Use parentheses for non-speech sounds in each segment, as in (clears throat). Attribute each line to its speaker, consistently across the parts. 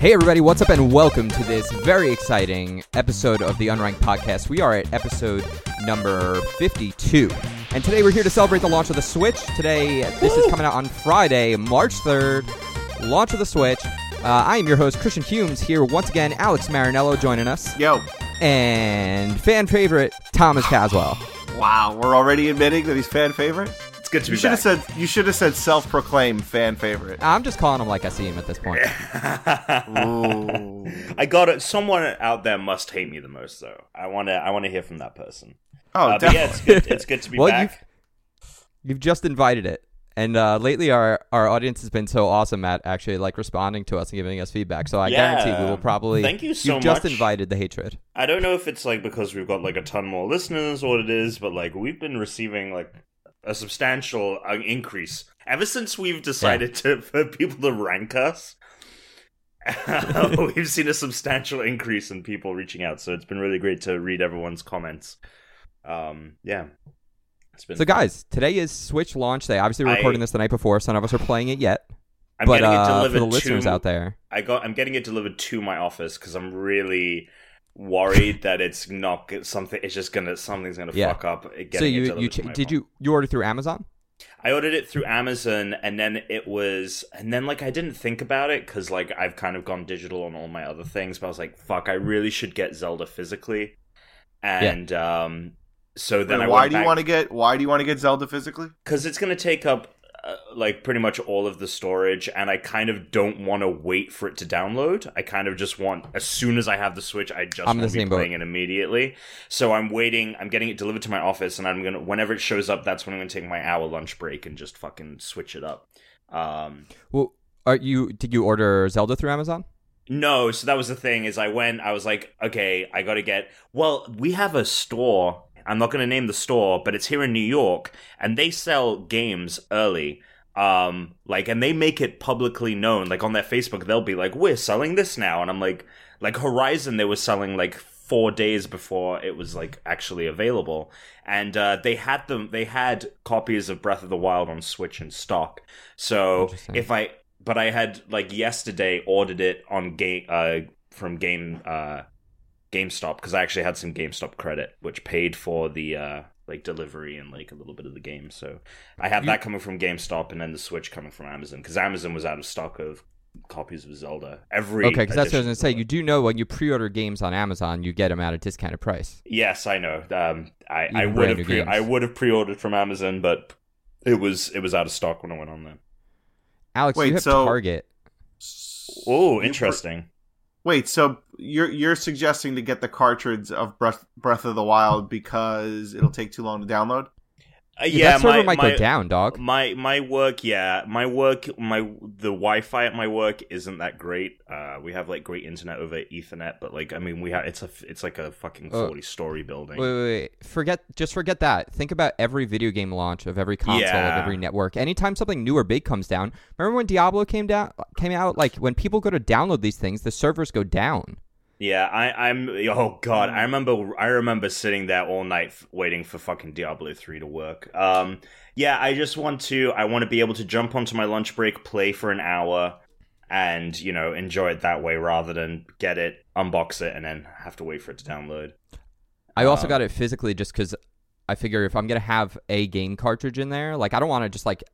Speaker 1: Hey, everybody, what's up, and welcome to this very exciting episode of the Unranked Podcast. We are at episode number 52. And today we're here to celebrate the launch of the Switch. Today, this is coming out on Friday, March 3rd, launch of the Switch. Uh, I am your host, Christian Humes, here once again. Alex Marinello joining us,
Speaker 2: Yo,
Speaker 1: and fan favorite, Thomas Caswell.
Speaker 2: wow, we're already admitting that he's fan favorite.
Speaker 3: It's good to
Speaker 2: You
Speaker 3: be
Speaker 2: should
Speaker 3: back.
Speaker 2: have said you should have said self-proclaimed fan
Speaker 3: (laughs)
Speaker 2: favorite.
Speaker 1: I'm just calling him like I see him at this point.
Speaker 3: Uh,
Speaker 2: Ooh.
Speaker 3: I got it. Someone out there must hate me the most, though. I want to. I want to hear from that person.
Speaker 2: Oh,
Speaker 3: Uh, but
Speaker 2: definitely.
Speaker 3: yeah, it's good. It's good to be
Speaker 1: (laughs) Well,
Speaker 3: back.
Speaker 1: You've just invited it. And uh, lately, our, our audience has been so awesome at actually like responding to us and giving us feedback. So I
Speaker 3: Yeah.
Speaker 1: guarantee we will probably.
Speaker 3: Thank you so
Speaker 1: You've just
Speaker 3: much.
Speaker 1: invited the hatred.
Speaker 3: I don't know if it's like because we've got like a ton more listeners or what it is, but like we've been receiving like a substantial uh, increase ever since we've decided to for people to rank us. (laughs) we've seen a substantial increase in people reaching out, so it's been really great to read everyone's comments. Um, yeah, it's been
Speaker 1: So guys, today is Switch launch day. Obviously, we're
Speaker 3: I-
Speaker 1: recording this the night before. So none of us are playing it yet.
Speaker 3: I'm
Speaker 1: but
Speaker 3: getting it
Speaker 1: uh, for
Speaker 3: delivered
Speaker 1: the listeners
Speaker 3: to
Speaker 1: out there,
Speaker 3: I got I'm getting it delivered to my office because I'm really worried that it's not g- something. It's just gonna something's gonna
Speaker 1: Yeah.
Speaker 3: fuck up. it Getting
Speaker 1: so
Speaker 3: it
Speaker 1: you
Speaker 3: delivered
Speaker 1: you
Speaker 3: to
Speaker 1: ch-
Speaker 3: my
Speaker 1: did
Speaker 3: phone.
Speaker 1: you you ordered through Amazon?
Speaker 3: I ordered it through Amazon, and then it was, and then like I didn't think about it because like I've kind of gone digital on all my other things, but I was like, fuck, I really should get Zelda physically, and um, so then I
Speaker 2: Wait, why
Speaker 3: went
Speaker 2: do you
Speaker 3: back-
Speaker 2: want to get why do you want to get Zelda physically?
Speaker 3: because it's going to take up uh, like pretty much all of the storage and i kind of don't want to wait for it to download i kind of just want as soon as i have the switch i just
Speaker 1: I'm the
Speaker 3: want to be
Speaker 1: same boat.
Speaker 3: playing it immediately so i'm waiting i'm getting it delivered to my office and i'm gonna whenever it shows up that's when i'm gonna take my hour lunch break and just fucking switch it up um
Speaker 1: Well, are you did you order Zelda through Amazon?
Speaker 3: no, so that was the thing is I went, I was like, okay, I gotta get well, we have a store. I'm not gonna name the store, but it's here in New York, and they sell games early. Um, like and they make it publicly known. Like on their Facebook, they'll be like, We're selling this now and I'm like like Horizon they were selling like four days before it was like actually available. And uh they had them they had copies of Breath of the Wild on Switch in stock. So
Speaker 1: Interesting.
Speaker 3: if I but I had like yesterday ordered it on game uh from game uh GameStop because I actually had some GameStop credit which paid for the uh like delivery and like a little bit of the game. So I have
Speaker 1: You-
Speaker 3: that coming from GameStop and then the Switch coming from Amazon because Amazon was out of stock of copies of Zelda every.
Speaker 1: Okay, because that's what I was
Speaker 3: edition
Speaker 1: gonna
Speaker 3: of
Speaker 1: say.
Speaker 3: Zelda.
Speaker 1: You do know when you pre-order games on Amazon, you get them at a discounted price.
Speaker 3: Yes, I know. Um, I, I
Speaker 1: Even brand
Speaker 3: would
Speaker 1: new
Speaker 3: have pre-
Speaker 1: games.
Speaker 3: I would have pre-ordered from Amazon, but it was it was out of stock when I went on there.
Speaker 1: Alex,
Speaker 2: Wait,
Speaker 1: you have
Speaker 2: so-
Speaker 1: Target.
Speaker 3: Oh,
Speaker 2: You pre-
Speaker 3: interesting.
Speaker 2: Wait, so you're you're suggesting to get the cartridge of Breath Breath of the Wild because it'll take too long to
Speaker 3: (laughs)
Speaker 2: download?
Speaker 3: Uh,
Speaker 1: Dude,
Speaker 3: yeah,
Speaker 1: that server
Speaker 3: my,
Speaker 1: might
Speaker 3: my,
Speaker 1: go down, dog.
Speaker 3: my my work yeah my work my the wi-fi at my work isn't that great uh we have like great internet over ethernet but like i mean we have it's a it's like a fucking
Speaker 1: Oh.
Speaker 3: 40 story building
Speaker 1: Wait, wait, wait. Forget just forget that. Think about every video game launch of every console
Speaker 3: Yeah.
Speaker 1: of every network. Anytime something new or big comes down, remember when Diablo came down came out? Like when people go to download these things, the servers go down.
Speaker 3: Yeah, I, I'm. Oh
Speaker 1: Mm.
Speaker 3: god, I remember. I remember sitting there all night f- waiting for fucking Diablo three to work. Um, yeah, I just want to. I want to be able to jump onto my lunch break, play for an hour, and you know enjoy it that way rather than get it, unbox it, and then have to wait for it to download.
Speaker 1: I also
Speaker 3: Um,
Speaker 1: got it physically just because I figure if I'm gonna have a game cartridge in there, like I don't want to just like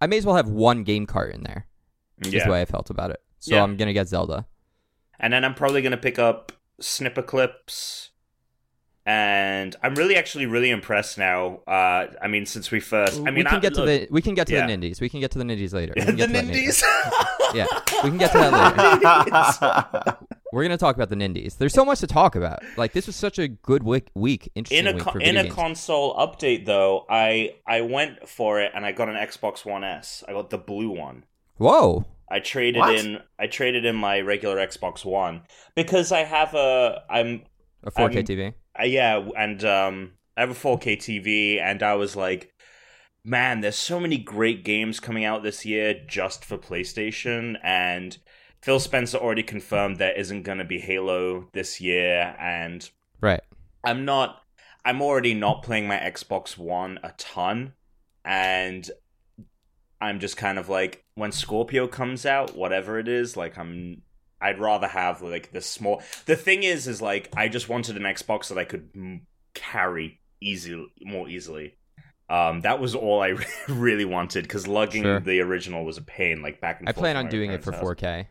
Speaker 1: I may as well have one game cart in there. Is
Speaker 3: Yeah.
Speaker 1: the way I felt about it. So
Speaker 3: Yeah.
Speaker 1: I'm gonna get Zelda.
Speaker 3: and then I'm probably gonna pick up snipper clips. And I'm really, actually, really impressed now. Uh, I mean, since we first, I mean,
Speaker 1: we can
Speaker 3: I,
Speaker 1: get to
Speaker 3: look-
Speaker 1: the we can get to
Speaker 3: yeah.
Speaker 1: the Nindies. We can get to the Nindies later.
Speaker 3: (laughs)
Speaker 1: We can
Speaker 3: the
Speaker 1: get to that later.
Speaker 3: Nindies. (laughs)
Speaker 1: Yeah, we can get to that later.
Speaker 2: (laughs)
Speaker 3: Yes.
Speaker 1: We're gonna talk about the Nindies. There's so much to talk about. Like this was such a good week, week interesting
Speaker 3: in a
Speaker 1: week
Speaker 3: con-
Speaker 1: for
Speaker 3: in
Speaker 1: video
Speaker 3: a
Speaker 1: games.
Speaker 3: console update though i i went for it and i got an xbox one s i got the blue one
Speaker 1: Whoa,
Speaker 3: i traded
Speaker 2: What?
Speaker 3: in i traded in my regular xbox one because i have a i'm
Speaker 1: a 4K
Speaker 3: Um,
Speaker 1: TV.
Speaker 3: uh, yeah, and um, I have a 4K TV, and I was like, man, there's so many great games coming out this year just for PlayStation, and Phil Spencer already confirmed there isn't going to be Halo this year, and
Speaker 1: Right.
Speaker 3: I'm not, I'm already not playing my Xbox One a ton, and I'm just kind of like when Scorpio comes out, whatever it is, like I'm I'd rather have like the small. The thing is, is like I just wanted an Xbox that I could m- carry easily, more easily. Um, that was all I (laughs) really wanted because lugging
Speaker 1: Sure.
Speaker 3: the original was a pain. Like back and
Speaker 1: I
Speaker 3: forth
Speaker 1: plan
Speaker 3: to
Speaker 1: on
Speaker 3: my
Speaker 1: doing it
Speaker 3: parents'
Speaker 1: for
Speaker 3: house.
Speaker 1: 4K,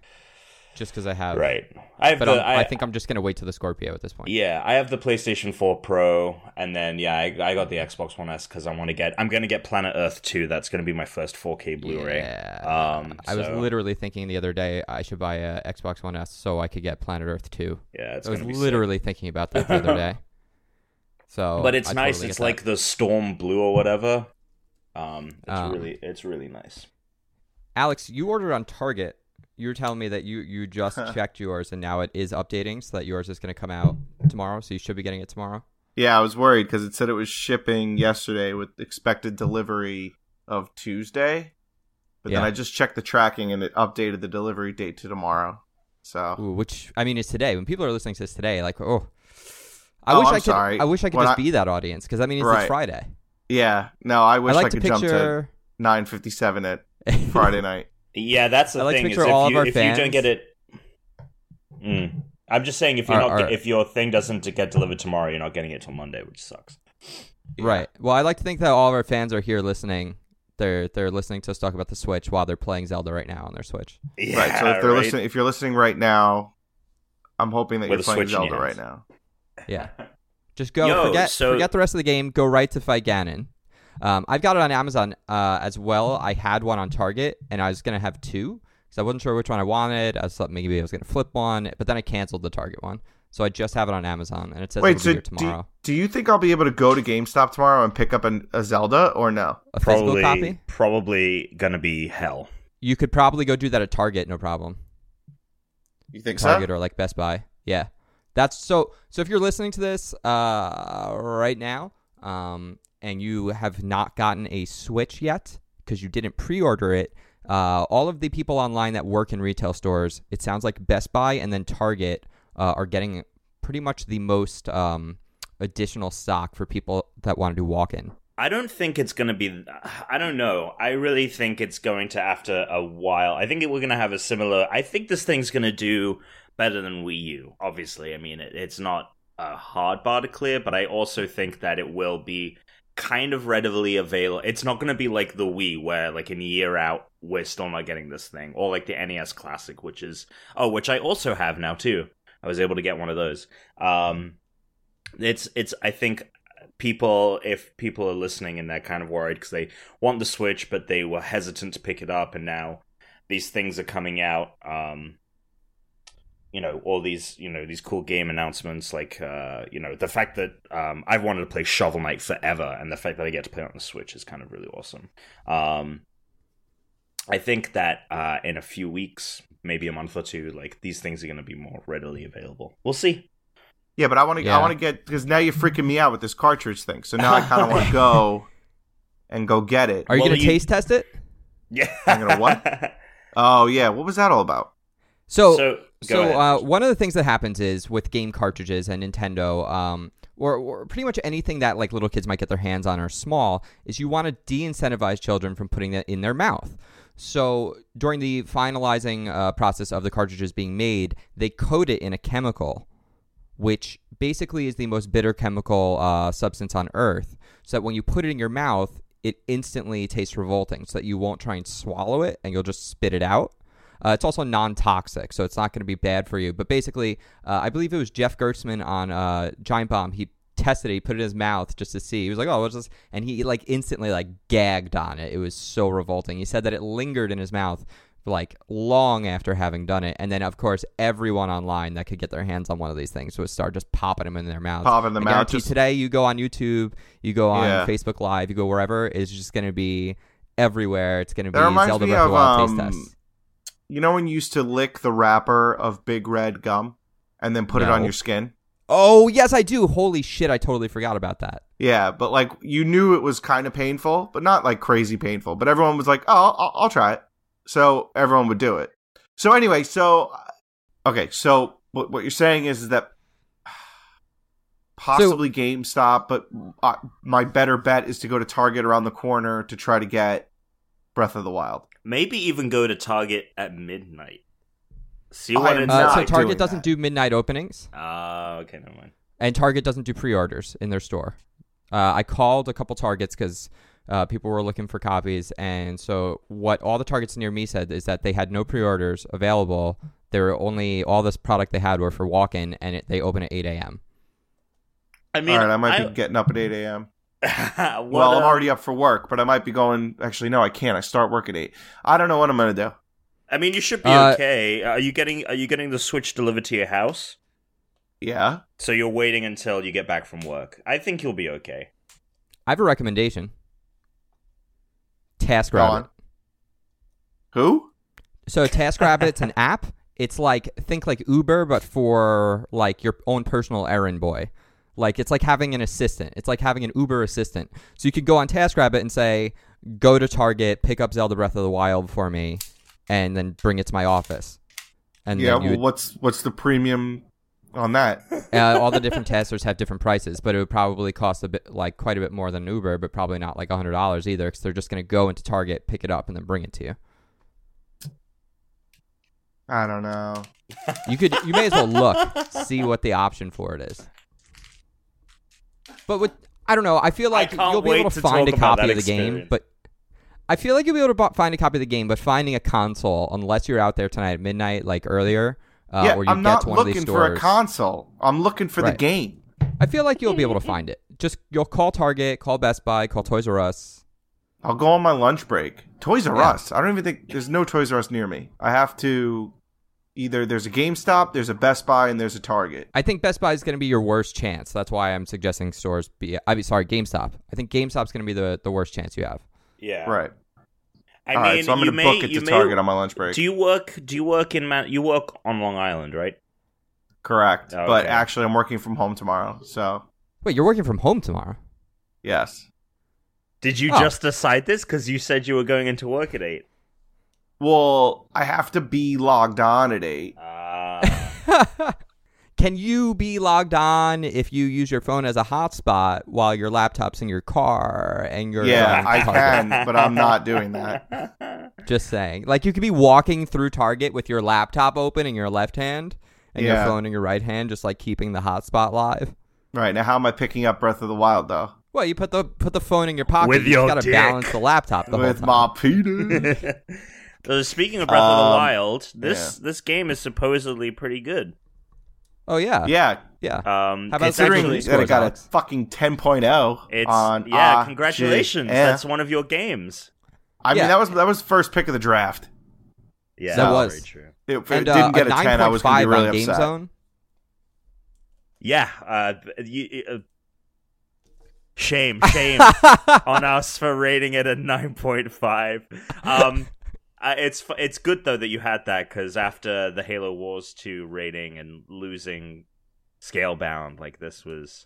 Speaker 1: just because I have.
Speaker 3: Right. I have
Speaker 1: But
Speaker 3: the,
Speaker 1: I'm-
Speaker 3: I,
Speaker 1: I think I'm just gonna wait till the Scorpio at this point.
Speaker 3: yeah, I have the PlayStation 4 Pro, and then yeah, I, I got the Xbox One S because I want to get. I'm gonna get Planet Earth 2. That's gonna be my first 4K Blu-ray.
Speaker 1: Yeah.
Speaker 3: Um,
Speaker 1: I was
Speaker 3: so-
Speaker 1: literally thinking the other day I should buy a Xbox One S so I could get Planet Earth 2.
Speaker 3: Yeah, it's
Speaker 1: I was
Speaker 3: gonna be sick.
Speaker 1: literally thinking about that the
Speaker 3: (laughs)
Speaker 1: other day. So,
Speaker 3: but it's
Speaker 1: I
Speaker 3: nice.
Speaker 1: totally
Speaker 3: it's
Speaker 1: get that.
Speaker 3: like the storm blue or whatever. Um, it's
Speaker 1: Um,
Speaker 3: really, it's really nice.
Speaker 1: Alex, you ordered on Target. You were telling me that you you
Speaker 2: (laughs)
Speaker 1: just checked yours and now it is updating, so that yours is going to come out tomorrow. So you should be getting it tomorrow.
Speaker 2: Yeah, I was worried because it said it was shipping yesterday with expected delivery of Tuesday, but then
Speaker 1: Yeah.
Speaker 2: I just checked the tracking and it updated the delivery date to tomorrow. So
Speaker 1: Ooh, which I mean is today. When people are listening to this today, like oh, I
Speaker 2: Oh,
Speaker 1: wish
Speaker 2: I'm
Speaker 1: I could.
Speaker 2: sorry.
Speaker 1: I wish I could
Speaker 2: When
Speaker 1: just
Speaker 2: I-
Speaker 1: be that audience because I mean it's, it's
Speaker 2: Right.
Speaker 1: Friday.
Speaker 2: yeah, no, I wish
Speaker 1: I
Speaker 2: I,
Speaker 1: like to
Speaker 2: could jump to
Speaker 1: picture. (laughs)
Speaker 2: nine fifty seven at
Speaker 3: (laughs)
Speaker 2: Friday night.
Speaker 3: Yeah, that's the
Speaker 1: I like to
Speaker 3: thing. Is
Speaker 1: picture
Speaker 3: if
Speaker 1: all of
Speaker 3: you,
Speaker 1: our
Speaker 3: if you
Speaker 1: fans-
Speaker 3: don't get it, Mm. I'm just saying if you're
Speaker 1: Our-
Speaker 3: not,
Speaker 1: our-
Speaker 3: if your thing doesn't get delivered tomorrow, you're not getting it till Monday, which sucks.
Speaker 1: (laughs) Right. Well, I like to think that all of our fans are here listening. They're they're listening to us talk about the Switch while they're playing Zelda right now on their Switch.
Speaker 3: Yeah,
Speaker 2: right. So if they're
Speaker 3: right?
Speaker 2: listening, if you're listening right now, I'm hoping that
Speaker 3: With
Speaker 2: you're
Speaker 3: a
Speaker 2: playing
Speaker 3: Switch in your
Speaker 2: Zelda right
Speaker 3: hands.
Speaker 2: now.
Speaker 1: Yeah. Just go
Speaker 3: Yo,
Speaker 1: forget
Speaker 3: so-
Speaker 1: forget the rest of the game. Go right to fight Ganon. Um, I've got it on Amazon uh, as well. I had one on Target, and I was gonna have two because I wasn't sure which one I wanted. I thought maybe I was gonna flip one, but then I canceled the Target one, so I just have it on Amazon, and it says
Speaker 2: Wait,
Speaker 1: it'll
Speaker 2: so
Speaker 1: be here
Speaker 2: do,
Speaker 1: tomorrow.
Speaker 2: do you think I'll be able to go to GameStop tomorrow and pick up an, a Zelda or no?
Speaker 1: A physical
Speaker 3: probably,
Speaker 1: copy.
Speaker 3: probably gonna be hell.
Speaker 1: You could probably go do that at Target, no problem.
Speaker 2: You think
Speaker 1: Target
Speaker 2: so?
Speaker 1: or like Best Buy. Yeah, that's so. So if you're listening to this uh, right now, um, and you have not gotten a Switch yet because you didn't pre-order it, uh, all of the people online that work in retail stores, it sounds like Best Buy and then Target uh, are getting pretty much the most um, additional stock for people that want to do walk-in.
Speaker 3: I don't think it's going to be. I don't know. I really think it's going to after a while. I think it, we're going to have a similar. I think this thing's going to do better than Wii U. Obviously, I mean it, it's not a hard bar to clear, but I also think that it will be kind of readily available. It's not going to be like the Wii, where like in a year out we're still not getting this thing, or like the NES Classic, which is oh, which I also have now too. I was able to get one of those. Um, it's it's. I think people if people are listening and they're kind of worried because they want the switch but they were hesitant to pick it up and now these things are coming out um you know all these you know these cool game announcements like uh you know the fact that um i've wanted to play shovel knight forever and the fact that i get to play it on the switch is kind of really awesome um i think that uh in a few weeks maybe a month or two like these things are going to be more readily available we'll see
Speaker 2: Yeah, but I want to.
Speaker 1: Yeah.
Speaker 2: I want to get because now you're freaking me out with this cartridge thing.
Speaker 1: (laughs)
Speaker 2: So now I kind of want to go and go get it.
Speaker 1: Are you
Speaker 3: Well,
Speaker 1: going to
Speaker 3: you-
Speaker 1: taste test it?
Speaker 3: yeah
Speaker 2: I'm gonna
Speaker 3: (laughs)
Speaker 2: what? Oh yeah, what was that all about?
Speaker 1: So,
Speaker 3: So, go
Speaker 1: so
Speaker 3: ahead.
Speaker 1: uh, one of the things that happens is with game cartridges and Nintendo, um, or, or pretty much anything that like little kids might get their hands on or small, is you want to de-incentivize children from putting that in their mouth. So during the finalizing uh, process of the cartridges being made, they coat it in a chemical which basically is the most bitter chemical uh, substance on earth. So that when you put it in your mouth, it instantly tastes revolting, so that you won't try and swallow it and you'll just spit it out. Uh, it's also non toxic, so it's not going to be bad for you. But basically, uh, I believe it was Jeff Gertzman on uh, Giant Bomb. He tested it, he put it in his mouth just to see. He was like, "Oh, what's this?" And he like instantly like gagged on it. It was so revolting. He said that it lingered in his mouth like long after having done it. And then of course everyone online that could get their hands on one of these things would start just popping them in their mouths.
Speaker 2: Popping them
Speaker 1: I
Speaker 2: out,
Speaker 1: guarantee
Speaker 2: just-
Speaker 1: today you go on YouTube, you go on
Speaker 2: Yeah.
Speaker 1: Facebook Live, you go wherever. It's just going to be everywhere. It's going to be
Speaker 2: That reminds
Speaker 1: Zelda
Speaker 2: me
Speaker 1: Breath of the
Speaker 2: of,
Speaker 1: Wild
Speaker 2: um,
Speaker 1: taste test.
Speaker 2: You know when you used to lick the wrapper of Big Red gum and then put it on
Speaker 1: No.
Speaker 2: your skin?
Speaker 1: Oh yes, I do. Holy shit, I totally forgot about that.
Speaker 2: Yeah, but like you knew it was kind of painful, but not like crazy painful. But everyone was like, "Oh, I'll, I'll try it," so everyone would do it. So anyway, so uh, okay, so what, what you're saying is, is that (sighs) possibly GameStop, but uh, my better bet is to go to Target around the corner to try to get Breath of the Wild.
Speaker 3: Maybe even go to Target at midnight. See
Speaker 2: I
Speaker 3: what
Speaker 2: am
Speaker 3: it's
Speaker 2: not
Speaker 1: Uh, so
Speaker 2: doing
Speaker 3: like.
Speaker 1: Target doesn't
Speaker 2: that.
Speaker 1: do midnight openings,
Speaker 3: Ah, okay, never mind.
Speaker 1: and Target doesn't do pre-orders in their store. Uh, I called a couple Targets because uh, people were looking for copies, and so what all the Targets near me said is that they had no pre-orders available. They were only all this product they had were for walk-in, and it, they open at 8 a.m.
Speaker 3: I mean,
Speaker 2: All right, I might
Speaker 3: I-
Speaker 2: be getting up at 8 a.m.
Speaker 3: (laughs) What,
Speaker 2: Well, I'm
Speaker 3: uh,
Speaker 2: already up for work, but I might be going. Actually, no, I can't. I start work at 8. I don't know what I'm going to do.
Speaker 3: I mean, you should be
Speaker 1: Uh,
Speaker 3: okay. Are you getting Are you getting the Switch delivered to your house?
Speaker 2: Yeah.
Speaker 3: So you're waiting until you get back from work. I think you'll be okay.
Speaker 1: I have a recommendation. Task
Speaker 2: Go
Speaker 1: Rabbit.
Speaker 2: on. Who?
Speaker 1: So TaskRabbit's an app. It's like think like Uber, but for like your own personal errand boy. Like it's like having an assistant. It's like having an Uber assistant. So you could go on TaskRabbit and say, "Go to Target, pick up Zelda Breath of the Wild for me, and then bring it to my office." And
Speaker 2: Yeah.
Speaker 1: then you
Speaker 2: Well,
Speaker 1: would,
Speaker 2: what's what's the premium on that?
Speaker 1: uh, all the different testers have different prices, but it would probably cost a bit, like quite a bit more than Uber, but probably not like hundred dollars either, because they're just gonna go into Target, pick it up, and then bring it to you.
Speaker 2: I don't know.
Speaker 1: You could you may as well look, see what the option for it is. But with I don't know, I feel like
Speaker 3: can't
Speaker 1: you'll be
Speaker 3: wait
Speaker 1: able to,
Speaker 3: to
Speaker 1: find a
Speaker 3: talk about
Speaker 1: copy
Speaker 3: that
Speaker 1: of the game,
Speaker 3: experience.
Speaker 1: but I feel like you'll be able to bo- find a copy of the game, but finding a console unless you're out there tonight at midnight like earlier (laughs) uh,
Speaker 2: yeah,
Speaker 1: or you
Speaker 2: I'm
Speaker 1: get
Speaker 2: not
Speaker 1: to one of
Speaker 2: looking
Speaker 1: these
Speaker 2: for
Speaker 1: stores.
Speaker 2: a console. I'm looking for the
Speaker 1: Right.
Speaker 2: game.
Speaker 1: I feel like you'll be able to find it. Just you'll call Target, call Best Buy, call Toys R Us.
Speaker 2: I'll go on my lunch break. Toys R
Speaker 1: Yeah.
Speaker 2: Us. I don't even think there's no Toys R Us near me. I have to either there's a GameStop, there's a Best Buy, and there's a Target.
Speaker 1: I think Best Buy is going to be your worst chance. That's why I'm suggesting stores be I mean sorry, GameStop. I think GameStop's going to be the the worst chance you have.
Speaker 3: Yeah.
Speaker 2: Right.
Speaker 3: I
Speaker 2: All
Speaker 3: mean,
Speaker 2: right. so I'm
Speaker 3: you
Speaker 2: gonna
Speaker 3: may,
Speaker 2: book it
Speaker 3: you
Speaker 2: to
Speaker 3: may-
Speaker 2: Target on my lunch break.
Speaker 3: Do you work? Do you work in Man? You work on Long Island, right?
Speaker 2: Correct.
Speaker 3: Oh, Okay.
Speaker 2: But actually, I'm working from home tomorrow. So
Speaker 1: Wait, you're working from home tomorrow.
Speaker 2: yes.
Speaker 3: Did you
Speaker 1: Oh.
Speaker 3: just decide this because you said you were going into work at eight?
Speaker 2: Well, I have to be logged on at eight.
Speaker 3: Uh,
Speaker 1: Can you be logged on if you use your phone as a hotspot while your laptop's in your car and you're going
Speaker 2: yeah,
Speaker 1: to
Speaker 2: I
Speaker 1: Target?
Speaker 2: can, but
Speaker 1: (laughs)
Speaker 2: I'm not doing that.
Speaker 1: Just saying, like you could be walking through Target with your laptop open in your left hand and your
Speaker 2: Yeah.
Speaker 1: phone in your right hand, just like keeping the hotspot live.
Speaker 2: Right now, how am I picking up Breath of the Wild though?
Speaker 1: Well, you put the put the phone in your pocket.
Speaker 3: With
Speaker 1: you
Speaker 3: your
Speaker 1: just gotta
Speaker 3: dick.
Speaker 1: balance the laptop the
Speaker 2: With
Speaker 1: whole
Speaker 2: my
Speaker 1: time. (laughs)
Speaker 2: Peter.
Speaker 3: (laughs) So speaking of Breath of the
Speaker 2: Um,
Speaker 3: Wild, this this game is supposedly pretty good.
Speaker 1: Oh yeah,
Speaker 2: yeah,
Speaker 1: yeah.
Speaker 3: Um,
Speaker 1: How about
Speaker 3: it's
Speaker 1: Considering
Speaker 3: actually,
Speaker 1: Actually-
Speaker 2: that it got
Speaker 1: Alex.
Speaker 2: a fucking 10.0
Speaker 3: it's
Speaker 2: on
Speaker 3: yeah.
Speaker 2: IGN.
Speaker 3: congratulations, that's one of your games.
Speaker 2: I mean
Speaker 1: Yeah.
Speaker 2: that was that was the first pick of the draft.
Speaker 3: Yeah,
Speaker 1: That
Speaker 3: that's
Speaker 1: was.
Speaker 3: very true.
Speaker 2: It, it
Speaker 1: and uh,
Speaker 2: didn't get a,
Speaker 1: nine
Speaker 2: 10. I was
Speaker 1: point
Speaker 2: going to
Speaker 1: five
Speaker 2: be really
Speaker 1: on
Speaker 2: upset.
Speaker 1: GameZone.
Speaker 3: Yeah. Uh, you, uh,
Speaker 1: (laughs)
Speaker 3: shame, shame
Speaker 2: (laughs)
Speaker 3: on us for rating it a nine point five.
Speaker 1: (laughs)
Speaker 3: Um, uh, it's fu- it's good though that you had that because after the Halo Wars two rating and losing Scalebound, like this was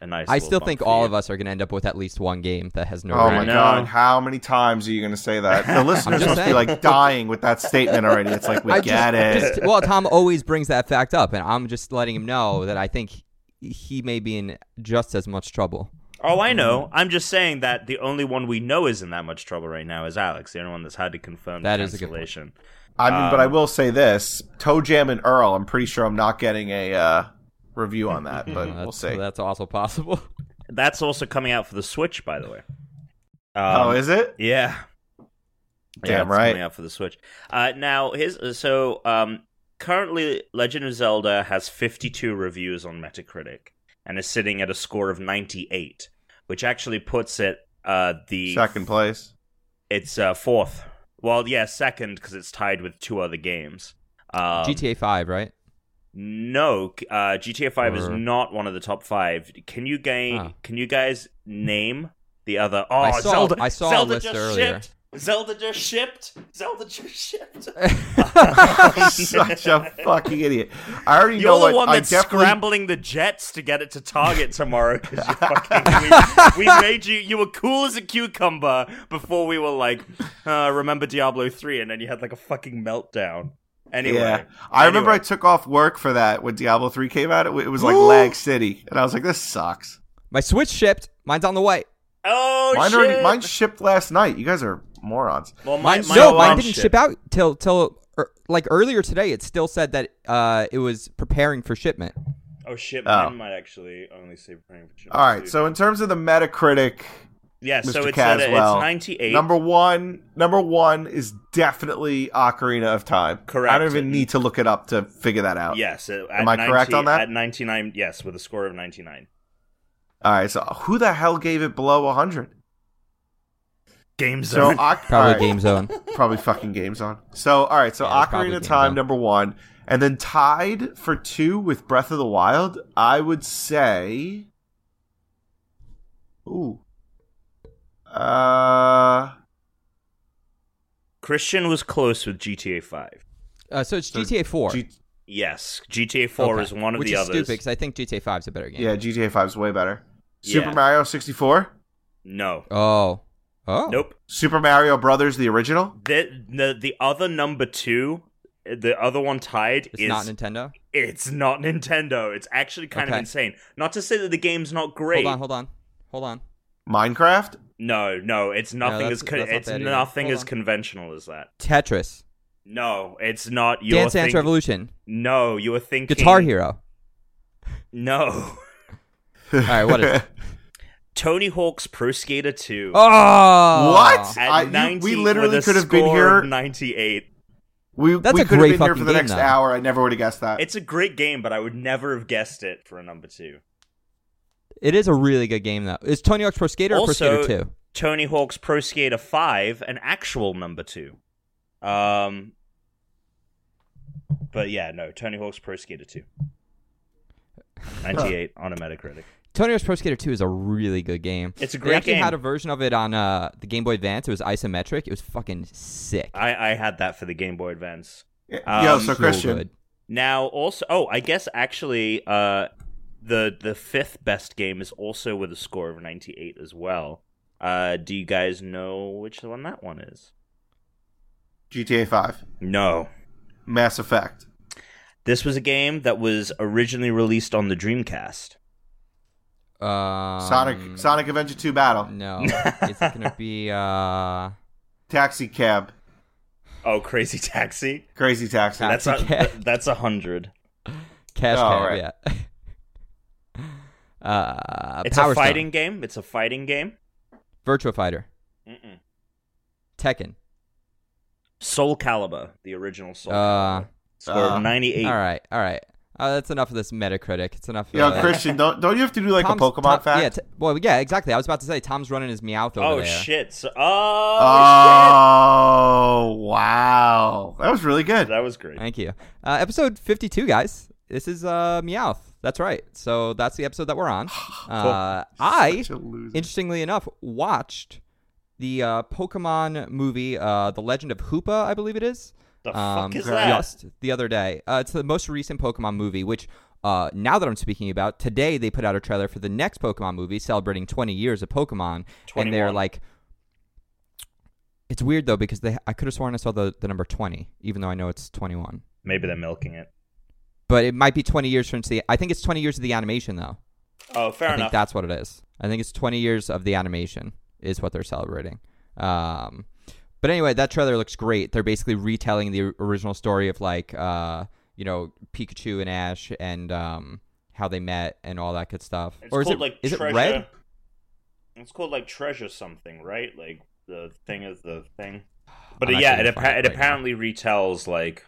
Speaker 3: a nice.
Speaker 1: I
Speaker 3: little
Speaker 1: still
Speaker 3: bump
Speaker 1: think
Speaker 3: for
Speaker 1: all
Speaker 3: you.
Speaker 1: of us are gonna end up with at least one game that has no.
Speaker 2: Oh
Speaker 1: rating.
Speaker 2: my
Speaker 3: No.
Speaker 2: god! How many times are you going to say
Speaker 1: (laughs)
Speaker 2: that? The listeners
Speaker 1: just
Speaker 2: must be
Speaker 1: saying.
Speaker 2: like dying with that statement already. It's like
Speaker 1: (laughs)
Speaker 2: we
Speaker 1: I
Speaker 2: get
Speaker 1: just,
Speaker 2: it.
Speaker 1: just- well, Tom always brings that fact up, and I'm just letting him know that I think he may be in just as much trouble.
Speaker 3: Oh, I know.
Speaker 1: Mm-hmm.
Speaker 3: I'm just saying that the only one we know is in that much trouble right now is Alex, the only one that's had to confirm
Speaker 1: That
Speaker 3: the
Speaker 1: is a good point.
Speaker 3: cancellation.
Speaker 2: I mean,
Speaker 3: Um,
Speaker 2: but I will say this: Toe Jam and Earl. I'm pretty sure I'm not getting a uh, review on that,
Speaker 1: (laughs)
Speaker 2: but
Speaker 1: Uh,
Speaker 2: Mm-hmm. we'll
Speaker 1: that's-
Speaker 2: see.
Speaker 1: That's also possible.
Speaker 3: That's also coming out for the Switch, by the way. Um,
Speaker 2: oh, is it?
Speaker 3: Yeah.
Speaker 2: Damn
Speaker 3: it's
Speaker 2: right.
Speaker 3: Coming out for the Switch. Uh, now, here's so um, currently, Legend of Zelda has 52 reviews on Metacritic and is sitting at a score of 98, which actually puts it uh, the
Speaker 2: Second (laughs) place.
Speaker 3: It's uh, fourth. Well, yeah, second because it's tied with two other games. (laughs) Um,
Speaker 1: GTA 5,
Speaker 3: (laughs)
Speaker 1: right? (laughs)
Speaker 3: No, c- uh, GTA Five is
Speaker 1: Or-
Speaker 3: not one of the top five. Can you guys?
Speaker 1: Ah.
Speaker 3: Can you guys name the other? Oh,
Speaker 1: I saw-
Speaker 3: Zelda!
Speaker 1: I saw a
Speaker 3: Zelda
Speaker 1: list
Speaker 3: just
Speaker 1: earlier.
Speaker 3: shipped. Zelda just shipped. Zelda just shipped. (laughs)
Speaker 2: Such (laughs) a fucking idiot. I already
Speaker 3: You're
Speaker 2: know
Speaker 3: the
Speaker 2: what
Speaker 3: one
Speaker 2: I
Speaker 3: that's
Speaker 2: definitely.
Speaker 3: scrambling the jets to get it to Target tomorrow because you fucking we, we made you you were cool as a cucumber before we were like uh, remember Diablo three and then you had like a fucking meltdown. Anyway,
Speaker 2: Yeah, I remember I
Speaker 3: anyway.
Speaker 2: took off work for that when Diablo three came out. It, w- it was like Lag City, and I was like, "This sucks."
Speaker 1: My Switch shipped. Mine's on the way.
Speaker 3: oh
Speaker 2: Mine
Speaker 3: shit!
Speaker 2: already, mine shipped last night. You guys are morons.
Speaker 3: Well,
Speaker 1: Mine,
Speaker 3: my,
Speaker 1: no,
Speaker 3: my
Speaker 1: mine
Speaker 3: alarm
Speaker 1: didn't
Speaker 3: shit.
Speaker 1: ship out till till er, like earlier today. It still said that uh, it was preparing for shipment.
Speaker 3: Oh shit,
Speaker 2: Oh.
Speaker 3: mine might actually only say praying for children.
Speaker 2: All right,
Speaker 3: too.
Speaker 2: so in terms of the Metacritic,
Speaker 3: yeah, so
Speaker 2: Mr.
Speaker 3: it's at a,
Speaker 2: Caswell,
Speaker 3: it's ninety eight.
Speaker 2: number one, number one is definitely Ocarina of Time.
Speaker 3: Correct.
Speaker 2: I don't even need to look it up to figure that out.
Speaker 3: Yes, uh, at
Speaker 2: Am I correct
Speaker 3: 90
Speaker 2: on that?
Speaker 3: At ninety nine, yes, with a score of ninety nine.
Speaker 2: All right, so who the hell gave it below 100?
Speaker 3: Game
Speaker 2: So
Speaker 3: zone.
Speaker 2: Oc-
Speaker 1: Probably
Speaker 2: all right.
Speaker 1: Game Zone.
Speaker 2: probably fucking games on. So all right, so
Speaker 1: Yeah, it's probably
Speaker 2: Ocarina of
Speaker 1: Game
Speaker 2: Time
Speaker 1: On.
Speaker 2: number one, and then tied for two with Breath of the Wild. I would say, ooh, uh,
Speaker 3: Christian was close with GTA Five.
Speaker 1: Uh, so it's GTA Four.
Speaker 2: G-
Speaker 3: Yes, GTA Four
Speaker 1: Okay.
Speaker 3: is one of
Speaker 1: Which
Speaker 3: the
Speaker 1: is
Speaker 3: others.
Speaker 1: stupid because I think GTA Five's a better game.
Speaker 2: yeah, GTA Five is way better.
Speaker 3: Yeah.
Speaker 2: Super Mario sixty four,
Speaker 3: No,
Speaker 1: Oh. Oh.
Speaker 3: nope.
Speaker 2: Super Mario Brothers the original.
Speaker 3: The, the the other number two, the other one tied
Speaker 1: It's
Speaker 3: is
Speaker 1: not Nintendo.
Speaker 3: it's not Nintendo. It's actually kind of
Speaker 1: Okay.
Speaker 3: insane. Not to say that the game's not great.
Speaker 1: Hold on. Hold on. Hold on.
Speaker 2: Minecraft,
Speaker 3: No, no, it's nothing
Speaker 1: that's-
Speaker 3: as con-
Speaker 1: that's not
Speaker 3: it's
Speaker 1: bad either.
Speaker 3: nothing
Speaker 1: Hold
Speaker 3: as
Speaker 1: on.
Speaker 3: conventional as that.
Speaker 1: Tetris.
Speaker 3: No, it's not. You're
Speaker 1: Dance Dance
Speaker 3: think-
Speaker 1: Revolution.
Speaker 3: No, you were thinking
Speaker 1: Guitar Hero.
Speaker 3: No, (laughs)
Speaker 1: All right. What
Speaker 2: (laughs)
Speaker 1: is? It?
Speaker 3: Tony Hawk's Pro Skater Two.
Speaker 1: Oh.
Speaker 2: What?
Speaker 3: At
Speaker 2: I- you- we
Speaker 3: 90
Speaker 2: literally
Speaker 3: with a
Speaker 2: could have been
Speaker 3: score
Speaker 2: here-
Speaker 3: of 98.
Speaker 2: we
Speaker 1: That's
Speaker 2: we
Speaker 1: a
Speaker 2: could
Speaker 1: great
Speaker 2: have been here for
Speaker 1: fucking
Speaker 2: the
Speaker 1: game,
Speaker 2: next
Speaker 1: though.
Speaker 2: hour. I never would have guessed that.
Speaker 3: It's a great game, but I would never have guessed it for a number two.
Speaker 1: It is a really good game though. Is Tony Hawk's Pro Skater or Pro
Speaker 3: also,
Speaker 1: Skater Two?
Speaker 3: Tony Hawk's Pro Skater Five, an actual number two. Um, but yeah, no, Tony Hawk's Pro Skater Two. 98 on a Metacritic.
Speaker 1: Tony Hawk's Pro Skater Two is a really good game.
Speaker 3: It's a
Speaker 1: they
Speaker 3: great
Speaker 1: actually
Speaker 3: game.
Speaker 1: had a version of it on uh, the Game Boy Advance. It was isometric. It was fucking sick.
Speaker 3: I, I had that for the Game Boy Advance.
Speaker 2: Yo,
Speaker 3: um,
Speaker 2: Oh, so
Speaker 1: So
Speaker 2: Christian,
Speaker 1: good.
Speaker 3: Now, also, oh, I guess actually, uh, the the fifth best game is also with a score of ninety eight as well. Uh, do you guys know which one that one is?
Speaker 2: GTA Five,
Speaker 3: No,
Speaker 2: Mass Effect.
Speaker 3: this was a game that was originally released on the Dreamcast.
Speaker 1: Um,
Speaker 2: Sonic, Sonic Adventure 2 Battle,
Speaker 3: (laughs)
Speaker 1: No, is it gonna be? Uh,
Speaker 2: Taxi Cab,
Speaker 3: Oh, Crazy Taxi!
Speaker 2: Crazy Taxi.
Speaker 1: That's
Speaker 3: That's a,
Speaker 1: okay.
Speaker 3: th- that's a hundred.
Speaker 1: Cash
Speaker 2: Oh,
Speaker 1: Cab,
Speaker 2: right.
Speaker 1: yeah. (laughs) uh,
Speaker 3: It's
Speaker 1: Power
Speaker 3: a fighting game. It's a fighting game.
Speaker 1: Stone, Virtua Fighter,
Speaker 3: Mm-mm.
Speaker 1: Tekken.
Speaker 3: Soul Calibur, the original Soul.
Speaker 1: Uh,
Speaker 3: Calibur. Score
Speaker 2: uh,
Speaker 3: of ninety eight.
Speaker 1: all right, all right. Uh, that's enough of this Metacritic. It's enough.
Speaker 2: Yo,
Speaker 1: uh,
Speaker 2: Christian, don't don't you have to do like
Speaker 1: Tom's-
Speaker 2: a Pokemon
Speaker 1: Tom-
Speaker 2: fact?
Speaker 1: Yeah, t- well, yeah, exactly. I was about to say Tom's running his mouth over
Speaker 3: Oh
Speaker 1: there.
Speaker 3: shit! So, oh,
Speaker 2: oh wow, that was really
Speaker 3: shit!
Speaker 2: good.
Speaker 3: (laughs) That was great.
Speaker 1: Thank you. Uh, episode 52, guys. This is uh, Meowth. That's right. So that's the episode that we're
Speaker 2: (sighs)
Speaker 1: on. Uh, I,
Speaker 2: Such a loser.
Speaker 1: interestingly enough, watched the uh, Pokemon movie, uh, The Legend of Hoopa, I believe it is.
Speaker 3: The
Speaker 1: um,
Speaker 3: fuck is that?
Speaker 1: just the other day. Uh, it's the most recent Pokemon movie, which uh, now that I'm speaking about, today they put out a trailer for the next Pokemon movie celebrating 20 years of Pokemon, and they're
Speaker 3: 21.
Speaker 1: like. It's weird though because they I could have sworn I saw the, the number 20 even though I know it's 21.
Speaker 3: Maybe they're milking it.
Speaker 1: But it might be 20 years since the I think it's 20 years of the animation though.
Speaker 3: Oh, fair
Speaker 1: I think
Speaker 3: enough.
Speaker 1: that's what it is. I think it's 20 years of the animation is what they're celebrating. Um, but anyway, that trailer looks great. They're basically retelling the original story of like, uh, you know, Pikachu and Ash and um, how they met and all that good stuff.
Speaker 3: It's
Speaker 1: or is
Speaker 3: called
Speaker 1: it
Speaker 3: like
Speaker 1: is
Speaker 3: treasure.
Speaker 1: it red?
Speaker 3: It's called like treasure something, right? Like the thing is the
Speaker 1: (sighs)
Speaker 3: thing.
Speaker 1: But,
Speaker 3: But
Speaker 1: I'm uh, yeah, actually
Speaker 3: yeah, it,
Speaker 1: it gonna appa- find it it right now.
Speaker 3: apparently retells like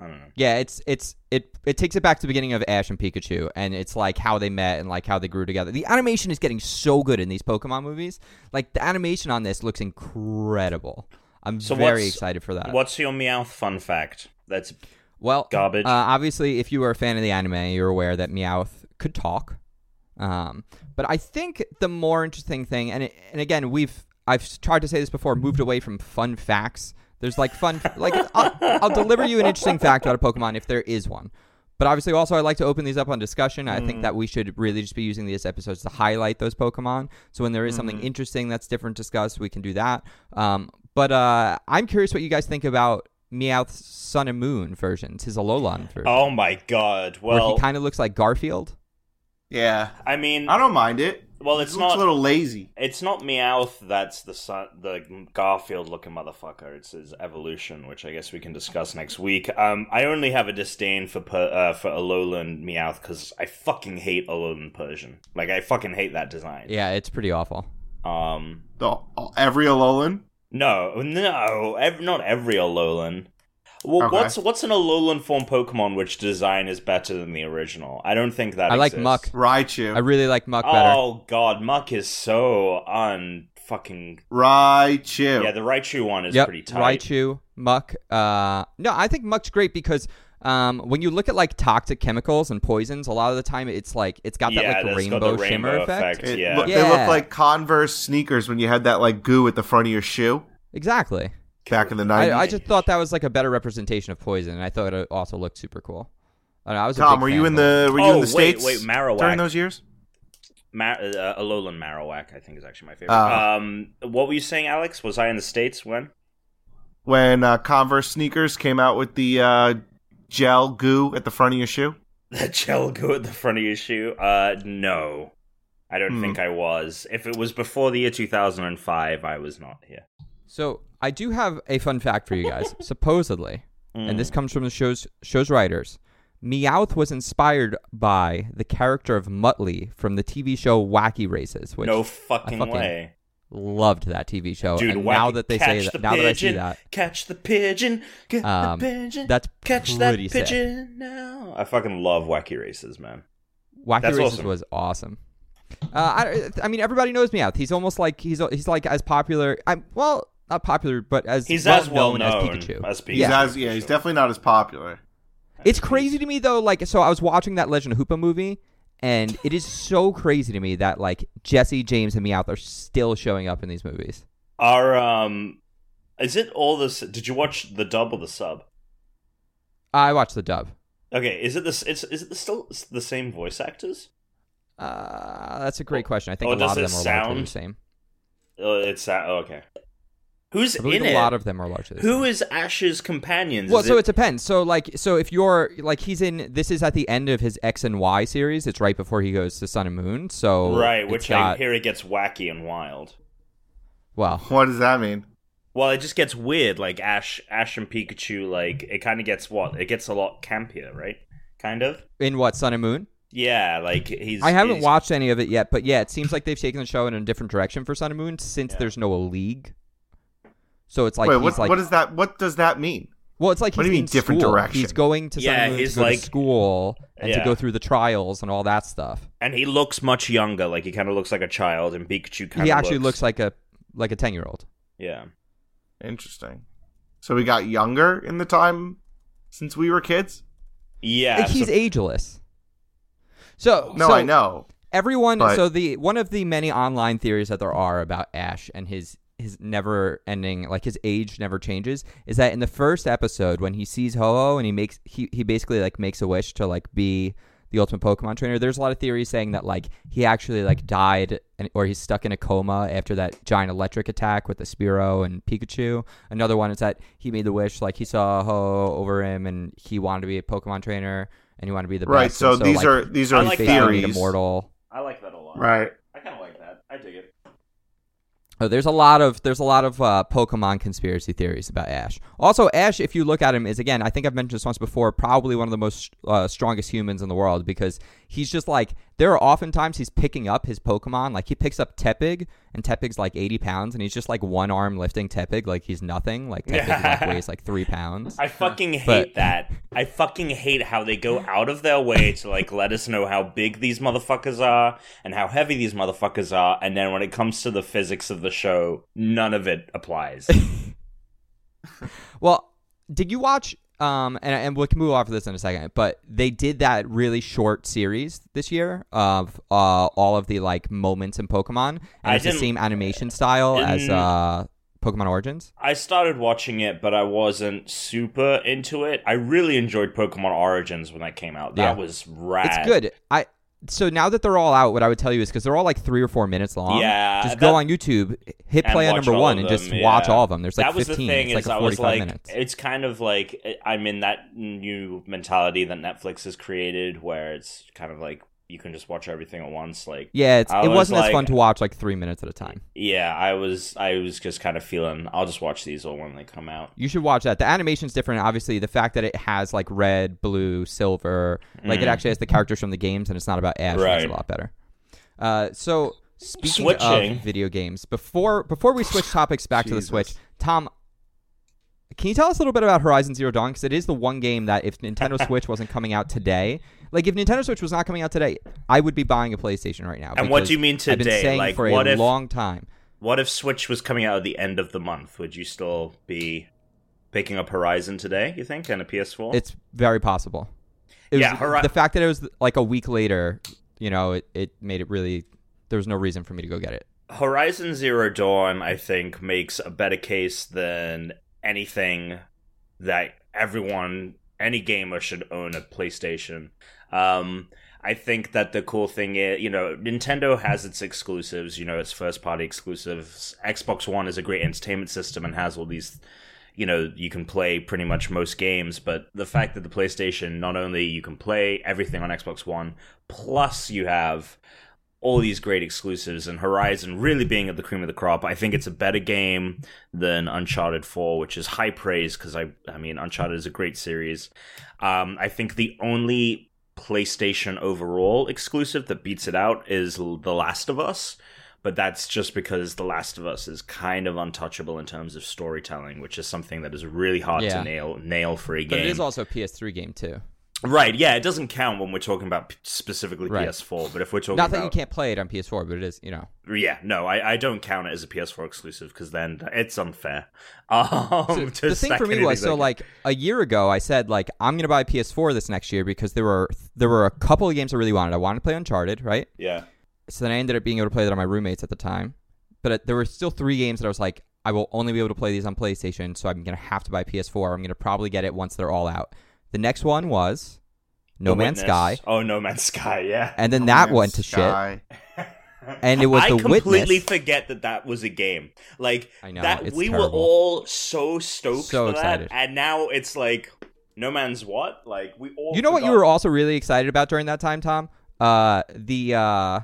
Speaker 3: I don't know.
Speaker 1: Yeah, it's it's it it takes it back to the beginning of Ash and Pikachu, and it's like how they met and like how they grew together. The animation is getting so good in these Pokemon movies. Like the animation on this looks incredible. I'm
Speaker 3: So
Speaker 1: very
Speaker 3: what's-
Speaker 1: excited for that.
Speaker 3: What's your Meowth fun fact? That's
Speaker 1: Well,
Speaker 3: Garbage.
Speaker 1: Uh, obviously, if you were a fan of the anime, you're aware that Meowth could talk. Um, but I think the more interesting thing, and and again, we've I've tried to say this before, moved away from fun facts. There's like fun, like I'll, I'll deliver you an interesting fact about a Pokemon if there is one. But obviously, also I like to open these up on discussion. I
Speaker 3: Mm.
Speaker 1: think that we should really just be using these episodes to highlight those Pokemon. So when there is
Speaker 3: Mm.
Speaker 1: something interesting that's different discussed, we can do that. Um, but uh, I'm curious what you guys think about Meowth's Sun and Moon versions, his Alolan version,
Speaker 3: oh my god.
Speaker 1: where
Speaker 3: Well,
Speaker 1: he kind of looks like Garfield.
Speaker 2: yeah,
Speaker 3: I mean,
Speaker 2: I don't mind it.
Speaker 3: Well,
Speaker 2: It
Speaker 3: it's
Speaker 2: looks
Speaker 3: not.
Speaker 2: a little lazy.
Speaker 3: It's not Meowth that's the son, the Garfield looking motherfucker. It's his evolution, which I guess we can discuss next week. Um, I only have a disdain for per, uh, for Alolan Meowth because I fucking hate Alolan Persian. Like I fucking hate that design.
Speaker 1: Yeah, it's pretty awful.
Speaker 3: Um,
Speaker 2: The, Oh, every Alolan.
Speaker 3: no, no, ev- not every Alolan. Well,
Speaker 2: Okay.
Speaker 3: What's what's an Alolan form Pokemon which design is better than the original? I don't think that.
Speaker 1: I like
Speaker 3: exists.
Speaker 1: Muck.
Speaker 2: Raichu.
Speaker 1: I really like Muck better.
Speaker 3: Oh god, Muck is so un fucking
Speaker 2: Raichu.
Speaker 3: yeah. The Raichu one is
Speaker 1: yep,
Speaker 3: pretty tight.
Speaker 1: Raichu, Muck. Uh, no, I think Muck's great because um, when you look at like toxic chemicals and poisons, a lot of the time it's like it's got
Speaker 3: Yeah,
Speaker 1: that like
Speaker 3: that's got
Speaker 1: rainbow
Speaker 3: the
Speaker 1: shimmer
Speaker 3: rainbow
Speaker 1: effect.
Speaker 3: effect.
Speaker 2: It
Speaker 3: Yeah.
Speaker 2: look- They
Speaker 1: Yeah.
Speaker 2: look like Converse sneakers when you had that like goo at the front of your shoe
Speaker 1: Exactly.
Speaker 2: back in the
Speaker 1: I,
Speaker 2: nineties.
Speaker 1: I just thought that was like a better representation of poison, and I thought it also looked super cool. I, don't know, I was a
Speaker 2: Tom,
Speaker 1: big
Speaker 2: were
Speaker 1: fan
Speaker 2: you in
Speaker 1: of
Speaker 2: the were you
Speaker 3: oh,
Speaker 2: in the states
Speaker 3: wait, wait, Marowak.
Speaker 2: during those years?
Speaker 3: Ma- uh, Alolan Marowak, I think, is actually my favorite.
Speaker 2: Ah.
Speaker 3: Um, what were you saying, Alex? Was I in the states when? (laughs)
Speaker 2: When uh, Converse sneakers came out with the uh, gel goo at the front of your shoe?
Speaker 3: The gel go at the front of your shoe? Uh, no, I don't
Speaker 2: Hmm.
Speaker 3: think I was. If it was before the year two thousand and five, I was not here.
Speaker 1: So I do have a fun fact for you
Speaker 2: (laughs)
Speaker 1: guys. Supposedly, and
Speaker 3: Hmm.
Speaker 1: this comes from the show's show's writers, Meowth was inspired by the character of Muttley from the TV show Wacky Races, which
Speaker 3: no fucking,
Speaker 1: fucking-
Speaker 3: way,
Speaker 1: loved that TV show.
Speaker 3: dude.
Speaker 1: and
Speaker 3: wacky-
Speaker 1: now that they say that,
Speaker 3: catch the
Speaker 1: now that I see
Speaker 3: pigeon,
Speaker 1: that,
Speaker 3: catch the pigeon, catch
Speaker 1: Um,
Speaker 3: the pigeon,
Speaker 1: that's
Speaker 3: catch that
Speaker 1: pretty
Speaker 3: pigeon
Speaker 1: sick.
Speaker 3: now. I fucking love wacky races, man.
Speaker 1: Wacky
Speaker 3: That's
Speaker 1: Races
Speaker 3: awesome.
Speaker 1: was awesome. Uh, I, I mean, everybody knows Meowth. He's almost like he's he's like as popular. I'm well, not popular, but as
Speaker 3: He's
Speaker 1: well
Speaker 3: as well
Speaker 1: known
Speaker 3: known
Speaker 1: as Pikachu.
Speaker 3: as Pikachu.
Speaker 2: He's
Speaker 1: Yeah.
Speaker 2: yeah,
Speaker 3: Exactly.
Speaker 2: yeah, he's definitely not as popular.
Speaker 1: It's crazy to me though. Like, so I was watching that Legend of Hoopa movie, and it is so crazy to me that like Jesse James and Meowth are still showing up in these movies.
Speaker 3: Are um, is it all this? Did you watch the dub or the sub?
Speaker 1: I watched the dub.
Speaker 3: Okay, is it this? It's is it still s- the same voice actors?
Speaker 1: Uh, that's a great question. I think
Speaker 3: Oh,
Speaker 1: a lot of
Speaker 3: does
Speaker 1: them
Speaker 3: it
Speaker 1: are largely the
Speaker 3: sound-
Speaker 1: same.
Speaker 3: Uh, it's that. Oh, okay, who's
Speaker 1: I believe
Speaker 3: in
Speaker 1: a
Speaker 3: it?
Speaker 1: lot of them are largely the
Speaker 3: Who
Speaker 1: same.
Speaker 3: is Ash's companions?
Speaker 1: Well,
Speaker 3: Is
Speaker 1: so
Speaker 3: it-
Speaker 1: it depends. So like, so if you're like, he's in. This is at the end of his X and Y series. It's right before he goes to Sun and Moon. So
Speaker 3: right,
Speaker 1: it's
Speaker 3: which I
Speaker 1: got,
Speaker 3: hear it gets wacky and wild.
Speaker 1: well,
Speaker 2: What does that mean?
Speaker 3: Well, it just gets weird. Like Ash, Ash and Pikachu. Like it kind of gets what? It gets a lot campier, right? Kind of.
Speaker 1: in what Sun and Moon?
Speaker 3: Yeah, like he's.
Speaker 1: I haven't
Speaker 3: he's-
Speaker 1: watched any of it yet, but yeah, it seems like they've taken the show in a different direction for Sun and Moon since
Speaker 3: Yeah.
Speaker 1: there's no league. So it's like
Speaker 2: wait,
Speaker 1: he's
Speaker 2: what,
Speaker 1: like
Speaker 2: what is that? What does that mean?
Speaker 1: well, it's like
Speaker 2: what
Speaker 1: he's
Speaker 2: do you
Speaker 1: in
Speaker 2: mean different
Speaker 1: school.
Speaker 2: direction?
Speaker 1: He's going to Sun
Speaker 3: Yeah,
Speaker 1: and Moon
Speaker 3: he's
Speaker 1: to go to
Speaker 3: like-
Speaker 1: school and to
Speaker 3: Yeah.
Speaker 1: go through the trials and all that stuff.
Speaker 3: and he looks much younger. Like he kind of looks like a child, and Pikachu kind of
Speaker 1: he actually looks. like a like a ten year old.
Speaker 3: yeah.
Speaker 2: Interesting. So we got younger in the time since we were kids.
Speaker 3: Yeah,
Speaker 1: he's
Speaker 3: so-
Speaker 1: ageless. So
Speaker 2: No,
Speaker 1: so
Speaker 2: I know.
Speaker 1: everyone.
Speaker 2: but-
Speaker 1: So the one of the many online theories that there are about Ash and his his never ending like his age never changes is that in the first episode when he sees Ho-Oh and he makes he, he basically like makes a wish to like be the ultimate Pokemon trainer. There's a lot of theories saying that like he actually like died and, or he's stuck in a coma after that giant electric attack with the Spearow and Pikachu. Another one is that he made the wish like he saw Ho-Oh over him and he wanted to be a Pokemon trainer and he wanted to be the
Speaker 2: right.
Speaker 1: best.
Speaker 2: So,
Speaker 1: And
Speaker 2: these
Speaker 1: like,
Speaker 2: are these
Speaker 3: I
Speaker 2: are
Speaker 1: he's
Speaker 3: like
Speaker 1: basically made
Speaker 2: theories.
Speaker 1: Immortal.
Speaker 3: I like that a lot.
Speaker 2: Right.
Speaker 3: I kind of like that. I dig it.
Speaker 1: Oh, there's a lot of there's a lot of uh, Pokemon conspiracy theories about Ash. Also, Ash, if you look at him, is again I think I've mentioned this once before, probably one of the most uh, strongest humans in the world because he's just like there are oftentimes he's picking up his Pokemon, like he picks up Tepig and Tepig's like 80 pounds, and he's just like one arm lifting Tepig like he's nothing, like Tepig like, weighs like three pounds.
Speaker 3: I fucking hate
Speaker 1: But-
Speaker 3: that. I fucking hate how they go out of their way to like let us know how big these motherfuckers are and how heavy these motherfuckers are, and then when it comes to the physics of the show, none of it
Speaker 1: (laughs)
Speaker 3: applies.
Speaker 1: Well, did you watch? Um, and and we can move on for this in a second, but they did that really short series this year of uh all of the like moments in Pokemon, and
Speaker 3: I
Speaker 1: it's the
Speaker 3: didn't-
Speaker 1: same animation style as
Speaker 3: didn't-
Speaker 1: uh Pokemon Origins.
Speaker 3: I started watching it, but I wasn't super into it. I really enjoyed Pokemon Origins when that came out. That
Speaker 1: Yeah.
Speaker 3: was rad.
Speaker 1: It's good. I so now that they're all out, what I would tell you is because they're all like three or four minutes long.
Speaker 3: Yeah,
Speaker 1: just go
Speaker 3: that-
Speaker 1: on YouTube, hit
Speaker 3: and
Speaker 1: play on
Speaker 3: watch
Speaker 1: number
Speaker 3: all
Speaker 1: one,
Speaker 3: of
Speaker 1: and
Speaker 3: them,
Speaker 1: just watch
Speaker 3: yeah.
Speaker 1: all of them. There's like
Speaker 3: that was
Speaker 1: 15.
Speaker 3: the thing
Speaker 1: it's
Speaker 3: is
Speaker 1: like
Speaker 3: I
Speaker 1: a
Speaker 3: was
Speaker 1: 45
Speaker 3: like,
Speaker 1: minutes.
Speaker 3: it's kind of like I'm in that new mentality that Netflix has created, where it's kind of like you can just watch everything at once. Like,
Speaker 1: Yeah, it's,
Speaker 3: I
Speaker 1: it
Speaker 3: was
Speaker 1: wasn't as
Speaker 3: like-
Speaker 1: fun to watch like three minutes at a time.
Speaker 3: yeah, I was I was just kind of feeling I'll just watch these all when they come out.
Speaker 1: You should watch that. The animation's different, obviously. The fact that it has like red, blue, silver, like it
Speaker 3: Mm.
Speaker 1: actually has the characters from the games, and it's not about Ash. That's a
Speaker 3: Right.
Speaker 1: lot better. Uh, so speaking
Speaker 3: Switching.
Speaker 1: of video games, before before we switch topics back to the
Speaker 2: Jesus.
Speaker 1: Switch, Tom, can you tell us a little bit about Horizon Zero Dawn? Because it is the one game that if
Speaker 3: (laughs)
Speaker 1: Nintendo Switch wasn't coming out today, like if Nintendo Switch was not coming out today, I would be buying a PlayStation right now.
Speaker 3: And what
Speaker 1: because
Speaker 3: do you mean
Speaker 1: I've been
Speaker 3: today?
Speaker 1: saying
Speaker 3: Like,
Speaker 1: for
Speaker 3: what
Speaker 1: a
Speaker 3: if-
Speaker 1: long time.
Speaker 3: What if Switch was coming out at the end of the month? Would you still be picking up Horizon today? You think and a PS4?
Speaker 1: It's very possible. It was,
Speaker 3: Yeah, Hori-
Speaker 1: the fact that it was like a week later, you know, it, it made it really. There was no reason for me to go get it.
Speaker 3: Horizon Zero Dawn, I think, makes a better case than anything that everyone, any gamer, should own a PlayStation. Um, I think that the cool thing is, you know, Nintendo has its exclusives, you know, its first party exclusives. Xbox One is a great entertainment system and has all these, you know, you can play pretty much most games, but the fact that the PlayStation, not only you can play everything on Xbox One, plus you have all these great exclusives and Horizon really being at the cream of the crop. I think it's a better game than Uncharted 4, which is high praise because I I mean Uncharted is a great series. Um, I think the only PlayStation overall exclusive that beats it out is L- The Last of Us, but that's just because The Last of Us is kind of untouchable in terms of storytelling, which is something that is really hard
Speaker 1: Yeah.
Speaker 3: to nail nail for a game.
Speaker 1: But it is also a PS3 game too.
Speaker 3: right, yeah, it doesn't count when we're talking about p- specifically
Speaker 1: Right.
Speaker 3: PS4, but if we're talking
Speaker 1: Not that
Speaker 3: about
Speaker 1: you can't play it on PS4, but it is, you know.
Speaker 3: Yeah, no, I, I don't count it as a PS4 exclusive because then it's unfair. (laughs) Um,
Speaker 1: So
Speaker 3: to
Speaker 1: the thing
Speaker 3: stack
Speaker 1: for me
Speaker 3: anything
Speaker 1: was so
Speaker 3: that-
Speaker 1: like a year ago, I said like I'm gonna buy a PS4 this next year because there were there were a couple of games I really wanted. I wanted to play Uncharted, right?
Speaker 3: yeah,
Speaker 1: So then I ended up being able to play that on my roommates at the time. But it, there were still three games that I was like, I will only be able to play these on PlayStation, so I'm going to have to buy PS4. I'm going to probably get it once they're all out. The next one was No
Speaker 3: The
Speaker 1: Man's
Speaker 3: Witness.
Speaker 1: Sky.
Speaker 3: Oh, No Man's Sky, yeah.
Speaker 1: And then that
Speaker 2: Man's
Speaker 1: went to shit.
Speaker 2: Sky.
Speaker 1: And it was
Speaker 3: I
Speaker 1: The
Speaker 3: completely
Speaker 1: Witness.
Speaker 3: forget that that was a game. Like
Speaker 1: I know,
Speaker 3: that
Speaker 1: it's
Speaker 3: we were
Speaker 1: terrible.
Speaker 3: all so stoked,
Speaker 1: So
Speaker 3: for that,
Speaker 1: excited.
Speaker 3: and now it's like No Man's what? Like we all.
Speaker 1: You know what you
Speaker 3: forgot-
Speaker 1: were also really excited about during that time, Tom? Uh, the uh,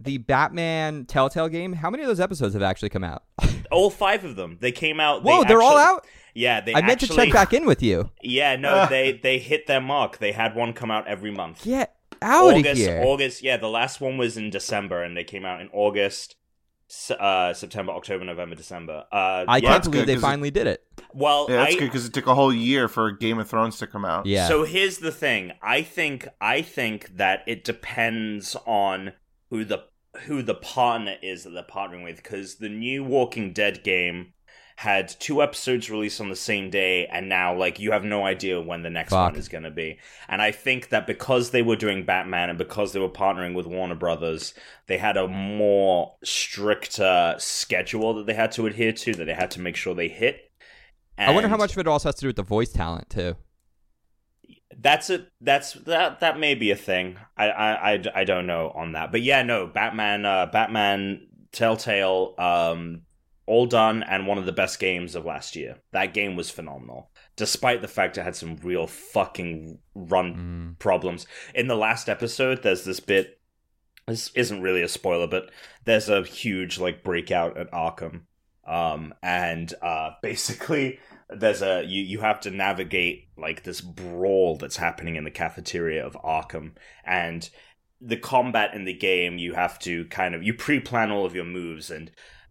Speaker 1: the Batman Telltale game. How many of those episodes have actually come out?
Speaker 3: all five of them. They came out.
Speaker 1: Whoa,
Speaker 3: they
Speaker 1: they're all
Speaker 3: actually-
Speaker 1: out.
Speaker 3: Yeah, they.
Speaker 1: I meant to check
Speaker 3: actually-
Speaker 1: back in with you.
Speaker 3: Yeah,
Speaker 1: (laughs)
Speaker 3: no, they they hit their mark. They had one come out every month.
Speaker 1: Get out
Speaker 3: August,
Speaker 1: of here.
Speaker 3: August. Yeah, the last one was in December, and they came out in August, S- uh, September, October, November, December. Uh,
Speaker 1: I
Speaker 3: yeah.
Speaker 1: can't
Speaker 2: that's
Speaker 1: believe
Speaker 2: good,
Speaker 1: they
Speaker 2: 'cause it-
Speaker 1: finally did it.
Speaker 3: Well,
Speaker 2: Yeah, that's
Speaker 3: I,
Speaker 2: good because it took a whole year for Game of Thrones to come out.
Speaker 1: Yeah.
Speaker 3: So here's the thing. I think I think that it depends on who the who the partner is that they're partnering with cuz the new Walking Dead game had two episodes released on the same day and now like you have no idea when the next
Speaker 1: Fuck.
Speaker 3: one is going to be. And I think that because they were doing Batman and because they were partnering with Warner Brothers, they had a more stricter schedule that they had to adhere to that they had to make sure they hit.
Speaker 1: I wonder how
Speaker 3: And-
Speaker 1: much of it also has to do with the voice talent too.
Speaker 3: that's a that's that that may be a thing I, I i i don't know on that but yeah no batman uh batman telltale um all done and one of the best games of last year that game was phenomenal despite the fact it had some real fucking run problems. In the last episode, there's this bit. This isn't really a spoiler, but there's a huge like breakout at Arkham, um, and uh, (laughs) basically there's a you you have to navigate like this brawl that's happening in the cafeteria of Arkham, and the combat in the game you have to kind of you pre-plan all of your moves and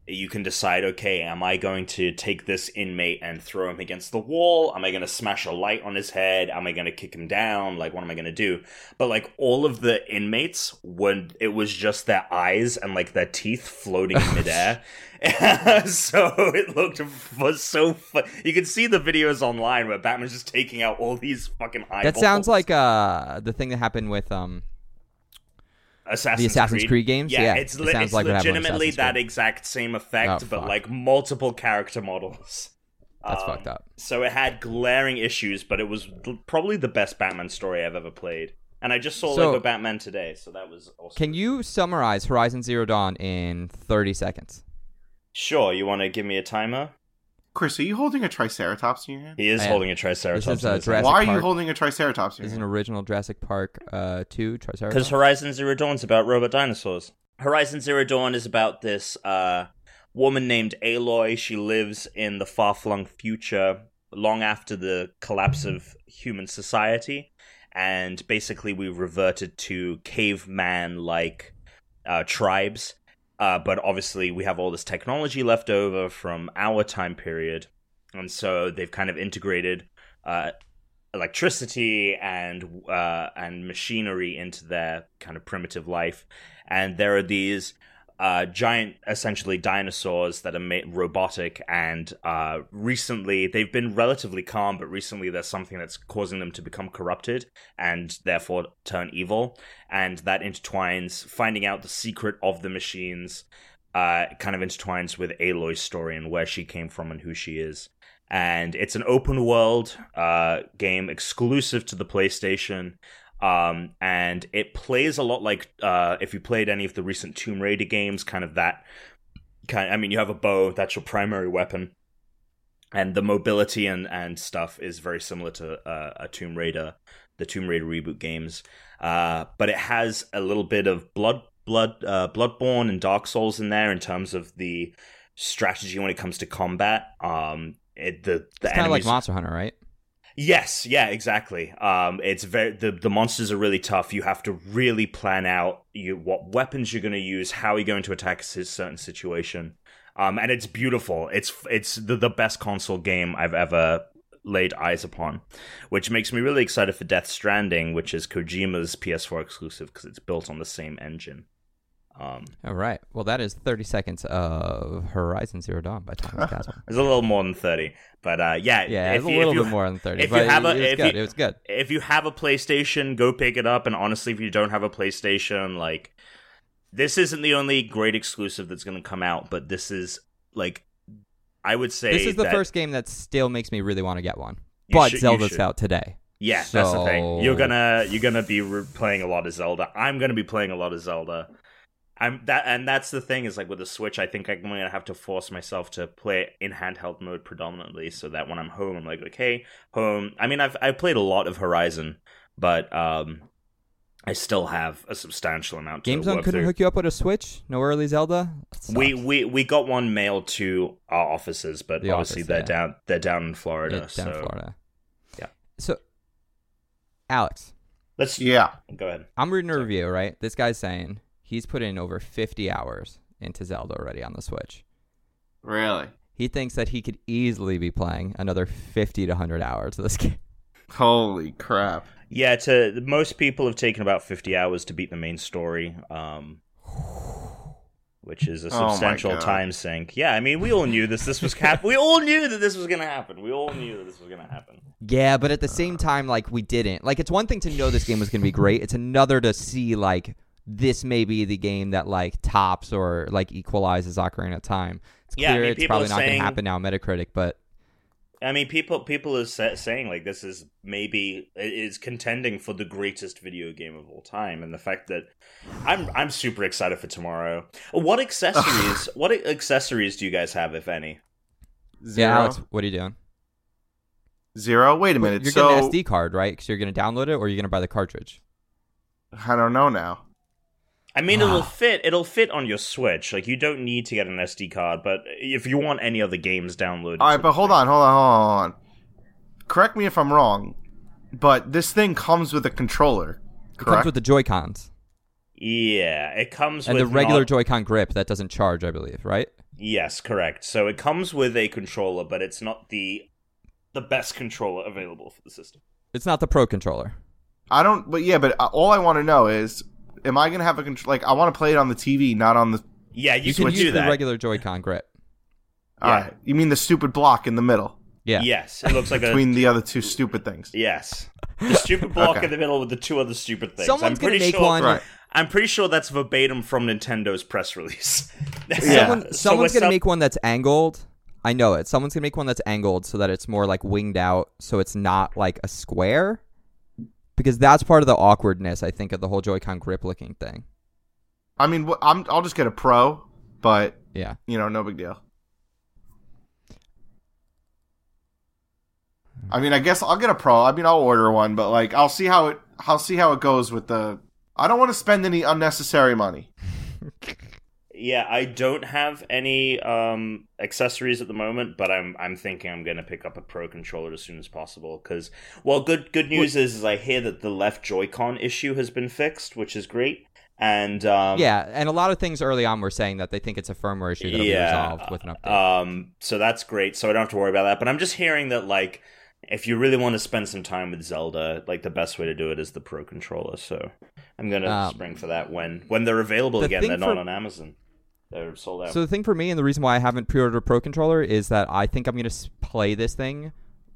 Speaker 3: you can decide okay am i going to take this inmate and throw him against the wall am i going to smash a light on his head am i going to kick him down like what am i going to do but like all of the inmates when it was just their eyes and like their teeth floating
Speaker 1: (laughs)
Speaker 3: in midair (laughs) so it looked f- was so fu- you can see the videos online where batman's just taking out all these fucking eyeballs
Speaker 1: That sounds like uh, the thing that happened with um.
Speaker 3: Assassin's,
Speaker 1: The Assassin's Creed games?
Speaker 3: Yeah,
Speaker 1: Yeah,
Speaker 3: it's,
Speaker 1: it
Speaker 3: le-
Speaker 1: sounds
Speaker 3: it's
Speaker 1: like what happened with
Speaker 3: legitimately
Speaker 1: Assassin's
Speaker 3: that
Speaker 1: Creed.
Speaker 3: exact same effect,
Speaker 1: Oh,
Speaker 3: but
Speaker 1: fuck.
Speaker 3: like multiple character models.
Speaker 1: That's
Speaker 3: Um,
Speaker 1: fucked up.
Speaker 3: So it had glaring issues, but it was l- probably the best Batman story I've ever played. And I just saw
Speaker 1: So-
Speaker 3: Lego Batman today, so that was awesome.
Speaker 1: Can you summarize Horizon Zero Dawn in 30 seconds?
Speaker 3: Sure, you want to give me a timer?
Speaker 2: Chris, are you holding a Triceratops in your hand?
Speaker 3: He is
Speaker 1: I am.
Speaker 3: holding a Triceratops.
Speaker 1: This is, uh, Jurassic
Speaker 2: Why are you
Speaker 1: Park.
Speaker 2: holding a Triceratops in
Speaker 1: This is
Speaker 2: your hand?
Speaker 1: an original Jurassic Park uh, 2
Speaker 3: Because
Speaker 1: Triceratops.
Speaker 3: Horizon Zero Dawn's about robot dinosaurs. Horizon Zero Dawn is about this uh, woman named Aloy. She lives in the far flung future, long after the collapse of human society. And basically, we reverted to caveman like uh, tribes. Uh, but obviously, we have all this technology left over from our time period. And so they've kind of integrated uh, electricity and uh, and machinery into their kind of primitive life, and there are these uh, giant, essentially dinosaurs that are ma- robotic. And uh, recently, they've been relatively calm, but recently there's something that's causing them to become corrupted and therefore turn evil. And that intertwines finding out the secret of the machines. Uh, kind of intertwines with Aloy's story and where she came from and who she is and it's an open world uh, game exclusive to the PlayStation. Um, and it plays a lot like uh, if you played any of the recent Tomb Raider games, kind of that kind. I mean, you have a bow; that's your primary weapon, and the mobility and and stuff is very similar to uh, a Tomb Raider, the Tomb Raider reboot games. Uh, but it has a little bit of blood, blood, uh, Bloodborne and Dark Souls in there in terms of the strategy when it comes to combat. Um, it, the the
Speaker 1: It's kind of like
Speaker 3: enemies-
Speaker 1: Monster Hunter, right?
Speaker 3: Yes, yeah, exactly. Um, it's very the the monsters are really tough. You have to really plan out you what weapons you're going to use, how you're going to attack a s- certain situation. Um, and it's beautiful. It's it's the, the best console game I've ever laid eyes upon, which makes me really excited for Death Stranding, which is Kojima's PS4 exclusive because it's built on the same engine. Um,
Speaker 1: All Oh, right. Well, that is 30 seconds of Horizon Zero Dawn by
Speaker 3: (laughs)
Speaker 1: Thomas Castle.
Speaker 3: it's a little more than thirty, but uh, yeah,
Speaker 1: Yeah,
Speaker 3: if
Speaker 1: it's a
Speaker 3: you- if
Speaker 1: little
Speaker 3: you-
Speaker 1: bit more than 30.
Speaker 3: if you
Speaker 1: but
Speaker 3: have a-
Speaker 1: it was
Speaker 3: if
Speaker 1: good.
Speaker 3: you-
Speaker 1: it was good.
Speaker 3: if you have a PlayStation, go pick it up. And honestly, if you don't have a PlayStation, like this isn't the only great exclusive that's going to come out, but this is like I would say
Speaker 1: This is the
Speaker 3: that-
Speaker 1: first game that still makes me really want to get one.
Speaker 3: You
Speaker 1: But
Speaker 3: should- you
Speaker 1: Zelda's
Speaker 3: should.
Speaker 1: out today.
Speaker 3: Yeah, that's the thing. You're
Speaker 1: So-
Speaker 3: gonna you're gonna be re- playing a lot of Zelda. I'm gonna be playing a lot of Zelda. I'm that, and that's the thing is like with the Switch, I think I'm gonna have to force myself to play it in handheld mode predominantly, so that when I'm home, I'm like, okay, home. I mean, I've I've played a lot of Horizon, but um, I still have a substantial amount. To
Speaker 1: GameZone
Speaker 3: work
Speaker 1: couldn't
Speaker 3: through.
Speaker 1: hook you up with a Switch? No early Zelda? That sucks.
Speaker 3: We, we we got one mailed to our offices, but
Speaker 1: The
Speaker 3: obviously
Speaker 1: office,
Speaker 3: they're
Speaker 1: yeah.
Speaker 3: down they're down in Florida.
Speaker 1: Yeah, down in
Speaker 3: so
Speaker 1: Florida.
Speaker 3: Yeah.
Speaker 1: So, Alex,
Speaker 3: let's
Speaker 2: Yeah.
Speaker 3: go ahead.
Speaker 1: I'm reading a review, right? This guy's saying he's put in over 50 hours into Zelda already on the Switch.
Speaker 2: Really?
Speaker 1: He thinks that he could easily be playing another 50 to 100 hours of this (laughs) game.
Speaker 2: Holy crap.
Speaker 3: Yeah, to most people have taken about fifty hours to beat the main story, um, which is a
Speaker 2: Oh my
Speaker 3: substantial
Speaker 2: God.
Speaker 3: time sink. Yeah, I mean, we all knew this. This was cap. we all knew that this was going to happen. We all knew that this was going to happen.
Speaker 1: Yeah, but at the same time, like, we didn't. Like, it's one thing to know this game was going to be great, it's another to see, like, this may be the game that, like, tops or, like, equalizes Ocarina of Time. It's
Speaker 3: Yeah, I
Speaker 1: clear
Speaker 3: mean,
Speaker 1: it's
Speaker 3: people
Speaker 1: probably
Speaker 3: are
Speaker 1: not going
Speaker 3: saying-
Speaker 1: to happen now, on Metacritic, but
Speaker 3: I mean, people people are sa- saying like this is maybe it is contending for the greatest video game of all time, and the fact that I'm I'm super excited for tomorrow.
Speaker 2: (laughs)
Speaker 3: What accessories? what accessories do you guys have, if any?
Speaker 2: Zero.
Speaker 1: yeah, Alex, what are you doing?
Speaker 2: Zero? Wait a minute.
Speaker 1: You're
Speaker 2: so
Speaker 1: getting an SD card, right? Because you're going to download it or you're going to buy the cartridge.
Speaker 2: I don't know now.
Speaker 3: I mean,
Speaker 1: Wow.
Speaker 3: it'll fit. It'll fit on your Switch. Like you don't need to get an SD card, but if you want any other games downloaded,
Speaker 2: All right, but hold on, hold on, hold on, hold on. Correct me if I'm wrong, but this thing comes with a controller.
Speaker 1: It
Speaker 2: Correct.
Speaker 1: comes with the Joy Cons
Speaker 3: yeah, it comes
Speaker 1: and the
Speaker 3: with
Speaker 1: regular
Speaker 3: not-
Speaker 1: Joy-Con grip that doesn't charge, I believe, right?
Speaker 3: yes, correct. So it comes with a controller, but it's not the the best controller available for the system.
Speaker 1: It's not the Pro controller.
Speaker 2: I don't. But yeah, but uh, all I want to know is, am I gonna have a control? Like, I want to play it on the TV, not on the.
Speaker 3: Yeah, you,
Speaker 1: You
Speaker 3: can,
Speaker 1: can
Speaker 3: do
Speaker 1: use the
Speaker 3: that.
Speaker 1: regular Joy-Con grip.
Speaker 2: All
Speaker 3: Yeah.
Speaker 2: right, you mean the stupid block in the middle
Speaker 1: Yeah.
Speaker 3: Yes, it looks like a
Speaker 2: between the other two stupid things?
Speaker 3: yes. The stupid block
Speaker 2: Okay.
Speaker 3: in the middle with the two other stupid things.
Speaker 1: Someone's
Speaker 3: I'm
Speaker 1: gonna
Speaker 3: pretty
Speaker 1: make
Speaker 3: sure,
Speaker 1: one.
Speaker 2: Right.
Speaker 3: I'm pretty sure that's verbatim from Nintendo's press release. (laughs)
Speaker 2: Someone-
Speaker 3: So
Speaker 1: Someone's
Speaker 3: we're
Speaker 1: gonna
Speaker 3: sub-
Speaker 1: make one that's angled. I know it. Someone's gonna make one that's angled so that it's more like winged out, so it's not like a square. Because that's part of the awkwardness, I think, of the whole Joy-Con grip looking thing.
Speaker 2: I mean, wh- I'm. I'll just get a pro, but
Speaker 1: Yeah.
Speaker 2: you know, no big deal. I mean, I guess I'll get a pro. I mean, I'll order one, but like, I'll see how it. I'll see how it goes with the. I don't want to spend any unnecessary money.
Speaker 3: Yeah, I don't have any um, accessories at the moment, but I'm I'm thinking I'm going to pick up a Pro controller as soon as possible. Because well, good good news is, is I hear that the left Joy-Con issue has been fixed, which is great. And um,
Speaker 1: yeah, and a lot of things early on were saying that they think it's a firmware issue that'll
Speaker 3: Yeah,
Speaker 1: be resolved with an update.
Speaker 3: Um, so that's great. So I don't have to worry about that. But I'm just hearing that like, if you really want to spend some time with Zelda, like the best way to do it is the Pro controller. So I'm gonna
Speaker 1: Um,
Speaker 3: spring for that when when they're available
Speaker 1: the
Speaker 3: again.
Speaker 1: thing
Speaker 3: They're not
Speaker 1: for-
Speaker 3: on Amazon. They're sold out.
Speaker 1: So the thing for me and the reason why I haven't pre-ordered a Pro controller is that I think I'm going to play this thing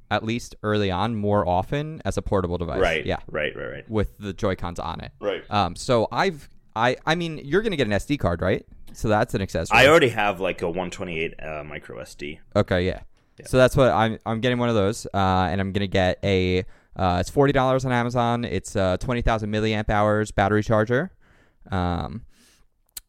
Speaker 1: at least early on more often as a portable device.
Speaker 3: right.
Speaker 1: Yeah,
Speaker 3: Right. Right. Right.
Speaker 1: with the Joy-Cons on it.
Speaker 3: Right.
Speaker 1: Um so I've I I mean you're going to get an SD card, right? So that's an accessory.
Speaker 3: I already have like a 128 uh, micro SD.
Speaker 1: Okay, yeah. So that's what I'm. I'm getting one of those, uh, and I'm gonna get a. Uh, it's forty dollars on Amazon. It's uh, twenty thousand milliamp hours battery charger, um,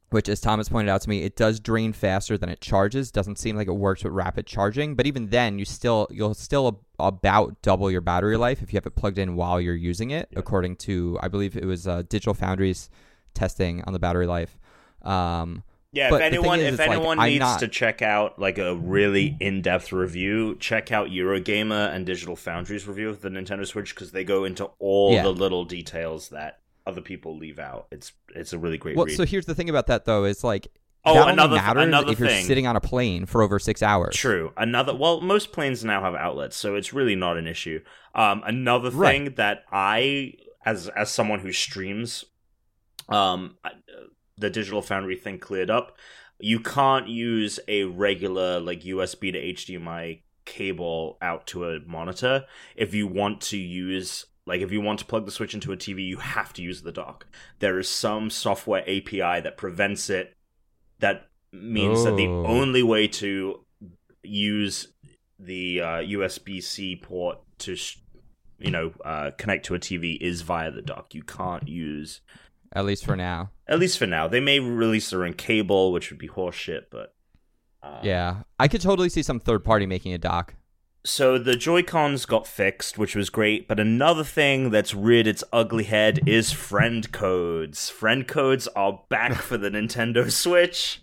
Speaker 1: which, as Thomas pointed out to me, it does drain faster than it charges. Doesn't seem like it works with rapid charging, but even then, you still you'll still ab- about double your battery life if you have it plugged in while you're using it, according to I believe it was uh, Digital Foundry's testing on the battery life. Um,
Speaker 3: Yeah,
Speaker 1: But the
Speaker 3: if
Speaker 1: thing
Speaker 3: anyone
Speaker 1: is,
Speaker 3: if
Speaker 1: it's like,
Speaker 3: anyone
Speaker 1: I'm
Speaker 3: needs
Speaker 1: not-
Speaker 3: to check out like a really in-depth review, check out Eurogamer and Digital Foundry's review of the Nintendo Switch because they go into all
Speaker 1: Yeah.
Speaker 3: the little details that other people leave out. It's it's a really great
Speaker 1: well,
Speaker 3: read.
Speaker 1: so here's the thing about that though is like
Speaker 3: Oh,
Speaker 1: that
Speaker 3: another-
Speaker 1: only matters
Speaker 3: another
Speaker 1: if you're
Speaker 3: thing.
Speaker 1: sitting on a plane for over six hours.
Speaker 3: True. Another well, most planes now have outlets, so it's really not an issue. Um, another thing
Speaker 1: Right.
Speaker 3: that I, as as someone who streams, um, I- the Digital Foundry thing cleared up. You can't use a regular like USB to HDMI cable out to a monitor if you want to use like if you want to plug the switch into a TV, you have to use the dock. There is some software API that prevents it. That means that the
Speaker 1: Oh.
Speaker 3: only way to use the uh, USB C port to, sh- you know, uh, connect to a TV is via the dock. You can't use,
Speaker 1: At least for now.
Speaker 3: at least for now. They may release their own cable, which would be horseshit, but. Uh,
Speaker 1: Yeah. I could totally see some third party making a dock.
Speaker 3: So the Joy Cons got fixed, which was great. But another thing that's reared its ugly head is friend codes. Friend codes are back for the Nintendo (laughs) Switch.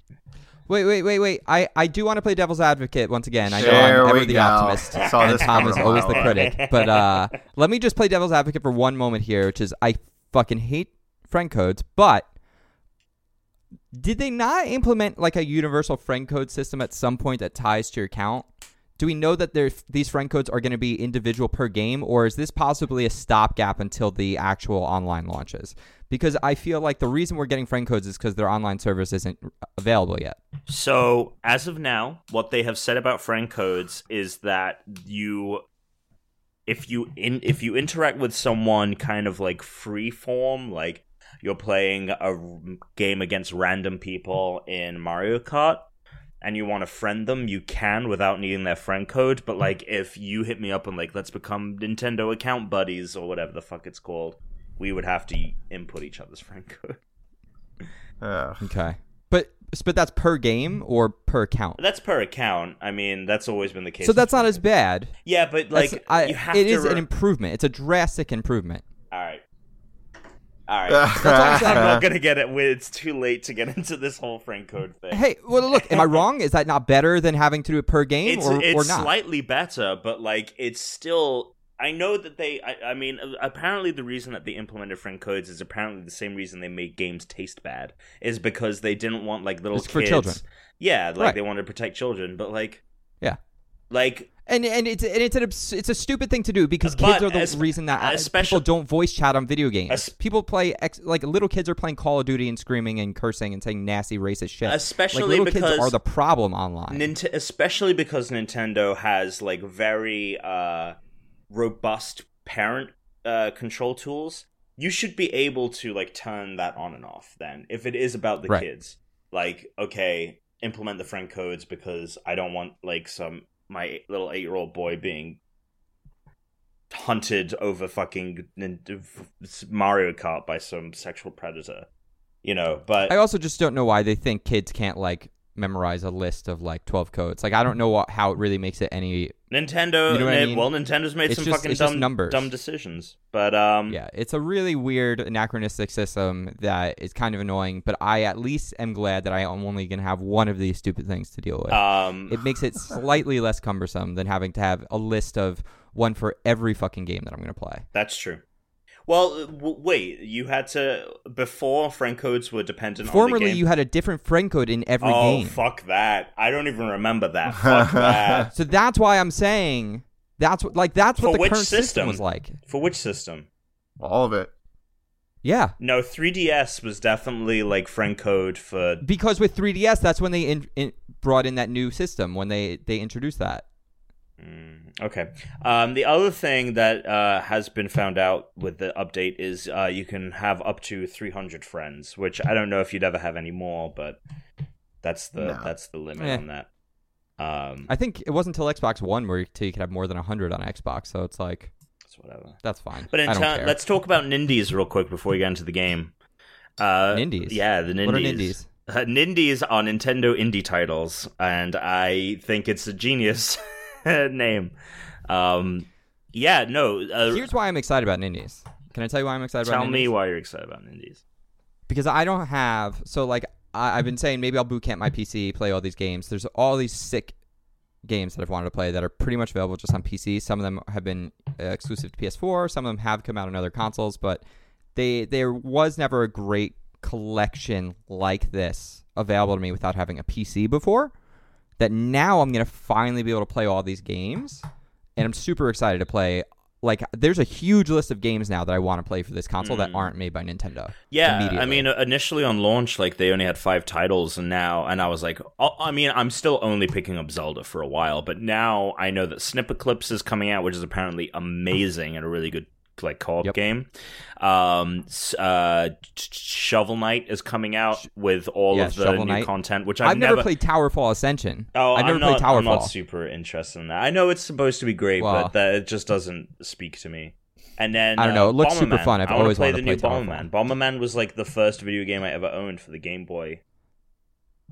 Speaker 1: Wait, wait, wait, wait. I, I do want to play devil's advocate once again. I know
Speaker 2: There
Speaker 1: I'm
Speaker 2: we
Speaker 1: ever the
Speaker 2: go.
Speaker 1: optimist.
Speaker 2: Saw
Speaker 1: and
Speaker 2: this
Speaker 1: Tom
Speaker 2: coming
Speaker 1: is
Speaker 2: a
Speaker 1: always the
Speaker 2: mile
Speaker 1: critic. But uh, (laughs) let me just play devil's advocate for one moment here, which is I fucking hate friend codes, but did they not implement like a universal friend code system at some point that ties to your account? Do we know that there, these friend codes are going to be individual per game, or is this possibly a stopgap until the actual online launches? Because I feel like the reason we're getting friend codes is because their online service isn't available yet.
Speaker 3: So, as of now, what they have said about friend codes is that you if you in if you interact with someone kind of like free form, like you're playing a r- game against random people in Mario Kart and you want to friend them, you can without needing their friend code, but like if you hit me up and like let's become Nintendo account buddies or whatever the fuck it's called, we would have to input each other's friend code.
Speaker 2: Ugh.
Speaker 1: Okay, but but that's per game or per account.
Speaker 3: That's per account. I mean, that's always been the case.
Speaker 1: So that's
Speaker 3: with
Speaker 1: not as bad.
Speaker 3: Yeah, but
Speaker 1: That's-
Speaker 3: like
Speaker 1: I,
Speaker 3: you have
Speaker 1: it
Speaker 3: to.
Speaker 1: is
Speaker 3: re-
Speaker 1: an improvement. It's a drastic improvement.
Speaker 3: all right, all right. I'm not gonna get it. with- It's too late to get (laughs) into this whole friend code thing.
Speaker 1: Hey, well, look,
Speaker 3: (laughs)
Speaker 1: am I wrong? Is that not better than having to do it per game
Speaker 3: it's
Speaker 1: or,
Speaker 3: it's
Speaker 1: or not?
Speaker 3: slightly better, but like it's still. I know that they. I, I mean, uh, apparently the reason that they implemented friend codes is apparently the same reason they made games taste bad is because they didn't want like little
Speaker 1: It's
Speaker 3: kids.
Speaker 1: for children.
Speaker 3: Yeah, like
Speaker 1: Right.
Speaker 3: they wanted to protect children, but like,
Speaker 1: Yeah.
Speaker 3: like
Speaker 1: And and it's and it's an abs- it's a stupid thing to do because
Speaker 3: But
Speaker 1: kids are the
Speaker 3: es-
Speaker 1: reason that uh,
Speaker 3: especially-
Speaker 1: people don't voice chat on video games.
Speaker 3: Es-
Speaker 1: people play ex- like little kids are playing Call of Duty and screaming and cursing and saying nasty racist shit.
Speaker 3: Especially
Speaker 1: like, little
Speaker 3: because
Speaker 1: kids are the problem online.
Speaker 3: Nint- especially because Nintendo has like very uh, robust parent uh, control tools. You should be able to like turn that on and off. Then, if it is about the
Speaker 1: Right.
Speaker 3: kids, like okay, implement the friend codes because I don't want like some my little eight year old boy being hunted over fucking Nin- Mario Kart by some sexual predator. You know, but
Speaker 1: I also just don't know why they think kids can't like memorize a list of like 12 codes. Like I don't know what, how it really makes it any
Speaker 3: Nintendo,
Speaker 1: You know what I
Speaker 3: they-
Speaker 1: mean?
Speaker 3: well, Nintendo's made
Speaker 1: It's
Speaker 3: some
Speaker 1: just-
Speaker 3: fucking
Speaker 1: it's just
Speaker 3: dumb
Speaker 1: numbers.
Speaker 3: dumb decisions, but um,
Speaker 1: Yeah, it's a really weird anachronistic system that is kind of annoying, but I at least am glad that I am only going to have one of these stupid things to deal with.
Speaker 3: um,
Speaker 1: it makes it slightly less cumbersome than having to have a list of one for every fucking game that I'm going to play.
Speaker 3: that's true. Well, uh, w- wait, you had to before friend codes were dependent on the
Speaker 1: Formerly,
Speaker 3: game.
Speaker 1: you had a different friend code in every
Speaker 3: oh,
Speaker 1: game.
Speaker 3: fuck that! I don't even
Speaker 1: (laughs)
Speaker 3: remember that. Fuck that.
Speaker 1: So that's why I'm saying that's what like that's
Speaker 3: For
Speaker 1: what the
Speaker 3: which
Speaker 1: current
Speaker 3: system?
Speaker 1: was like.
Speaker 3: For which system?
Speaker 2: All of it.
Speaker 1: Yeah.
Speaker 3: No, 3DS was definitely like friend code for
Speaker 1: Because with 3DS, that's when they in, in, brought in that new system when they they introduced that.
Speaker 3: Mm, okay. Um, the other thing that uh, has been found out with the update is uh, you can have up to 300 friends, which I don't know if you'd ever have any more, but that's the
Speaker 2: No.
Speaker 3: that's the limit
Speaker 1: Eh.
Speaker 3: on that. Um,
Speaker 1: I think it wasn't until Xbox One where you could have more than 100 on Xbox, so it's like
Speaker 3: it's whatever.
Speaker 1: that's fine.
Speaker 3: But in
Speaker 1: I don't
Speaker 3: turn,
Speaker 1: care.
Speaker 3: let's talk about Nindies real quick before we get into the game. Uh,
Speaker 1: Nindies?
Speaker 3: yeah, the Nindies.
Speaker 1: What are Nindies?
Speaker 3: Uh, Nindies are Nintendo indie titles, and I think it's a genius (laughs) name. Um, yeah, no. Uh,
Speaker 1: Here's why I'm excited about Nindies. Can I tell you why I'm excited
Speaker 3: Tell
Speaker 1: about Nindies?
Speaker 3: me why you're excited about Indies.
Speaker 1: because I don't have so like I, I've been saying maybe I'll boot camp my PC, play all these games. There's all these sick games that I've wanted to play that are pretty much available just on PC. Some of them have been uh, exclusive to PS4. Some of them have come out on other consoles, but they there was never a great collection like this available to me without having a PC before. That now I'm gonna finally be able to play all these games, and I'm super excited to play. Like, there's a huge list of games now that I want to play for this console that aren't made by Nintendo.
Speaker 3: Hmm. Yeah, I
Speaker 1: immediately.
Speaker 3: mean, uh, initially on launch, like they only had five titles, and now, and I was like, oh, I mean, I'm still only picking up Zelda for a while, but now I know that Snip Eclipse is coming out, which is apparently amazing and a really good like co-op
Speaker 1: Yep.
Speaker 3: game. Um, s- uh, Shovel Knight is coming out with all
Speaker 1: Yeah,
Speaker 3: of the
Speaker 1: Shovel
Speaker 3: new
Speaker 1: Knight.
Speaker 3: content, which I've,
Speaker 1: I've, never, played Towerfall Ascension.
Speaker 3: Oh,
Speaker 1: I've never
Speaker 3: am not,
Speaker 1: played Towerfall.
Speaker 3: I'm not super interested in that. I know it's supposed to be great,
Speaker 1: Wow.
Speaker 3: but that, it just doesn't speak to me. And then
Speaker 1: I don't know.
Speaker 3: uh,
Speaker 1: It looks super
Speaker 3: Bomberman.
Speaker 1: fun. I've
Speaker 3: I wanna
Speaker 1: always
Speaker 3: play
Speaker 1: wanted
Speaker 3: the
Speaker 1: to
Speaker 3: new
Speaker 1: play
Speaker 3: Bomberman. Bomberman was like the first video game I ever owned for the Game Boy.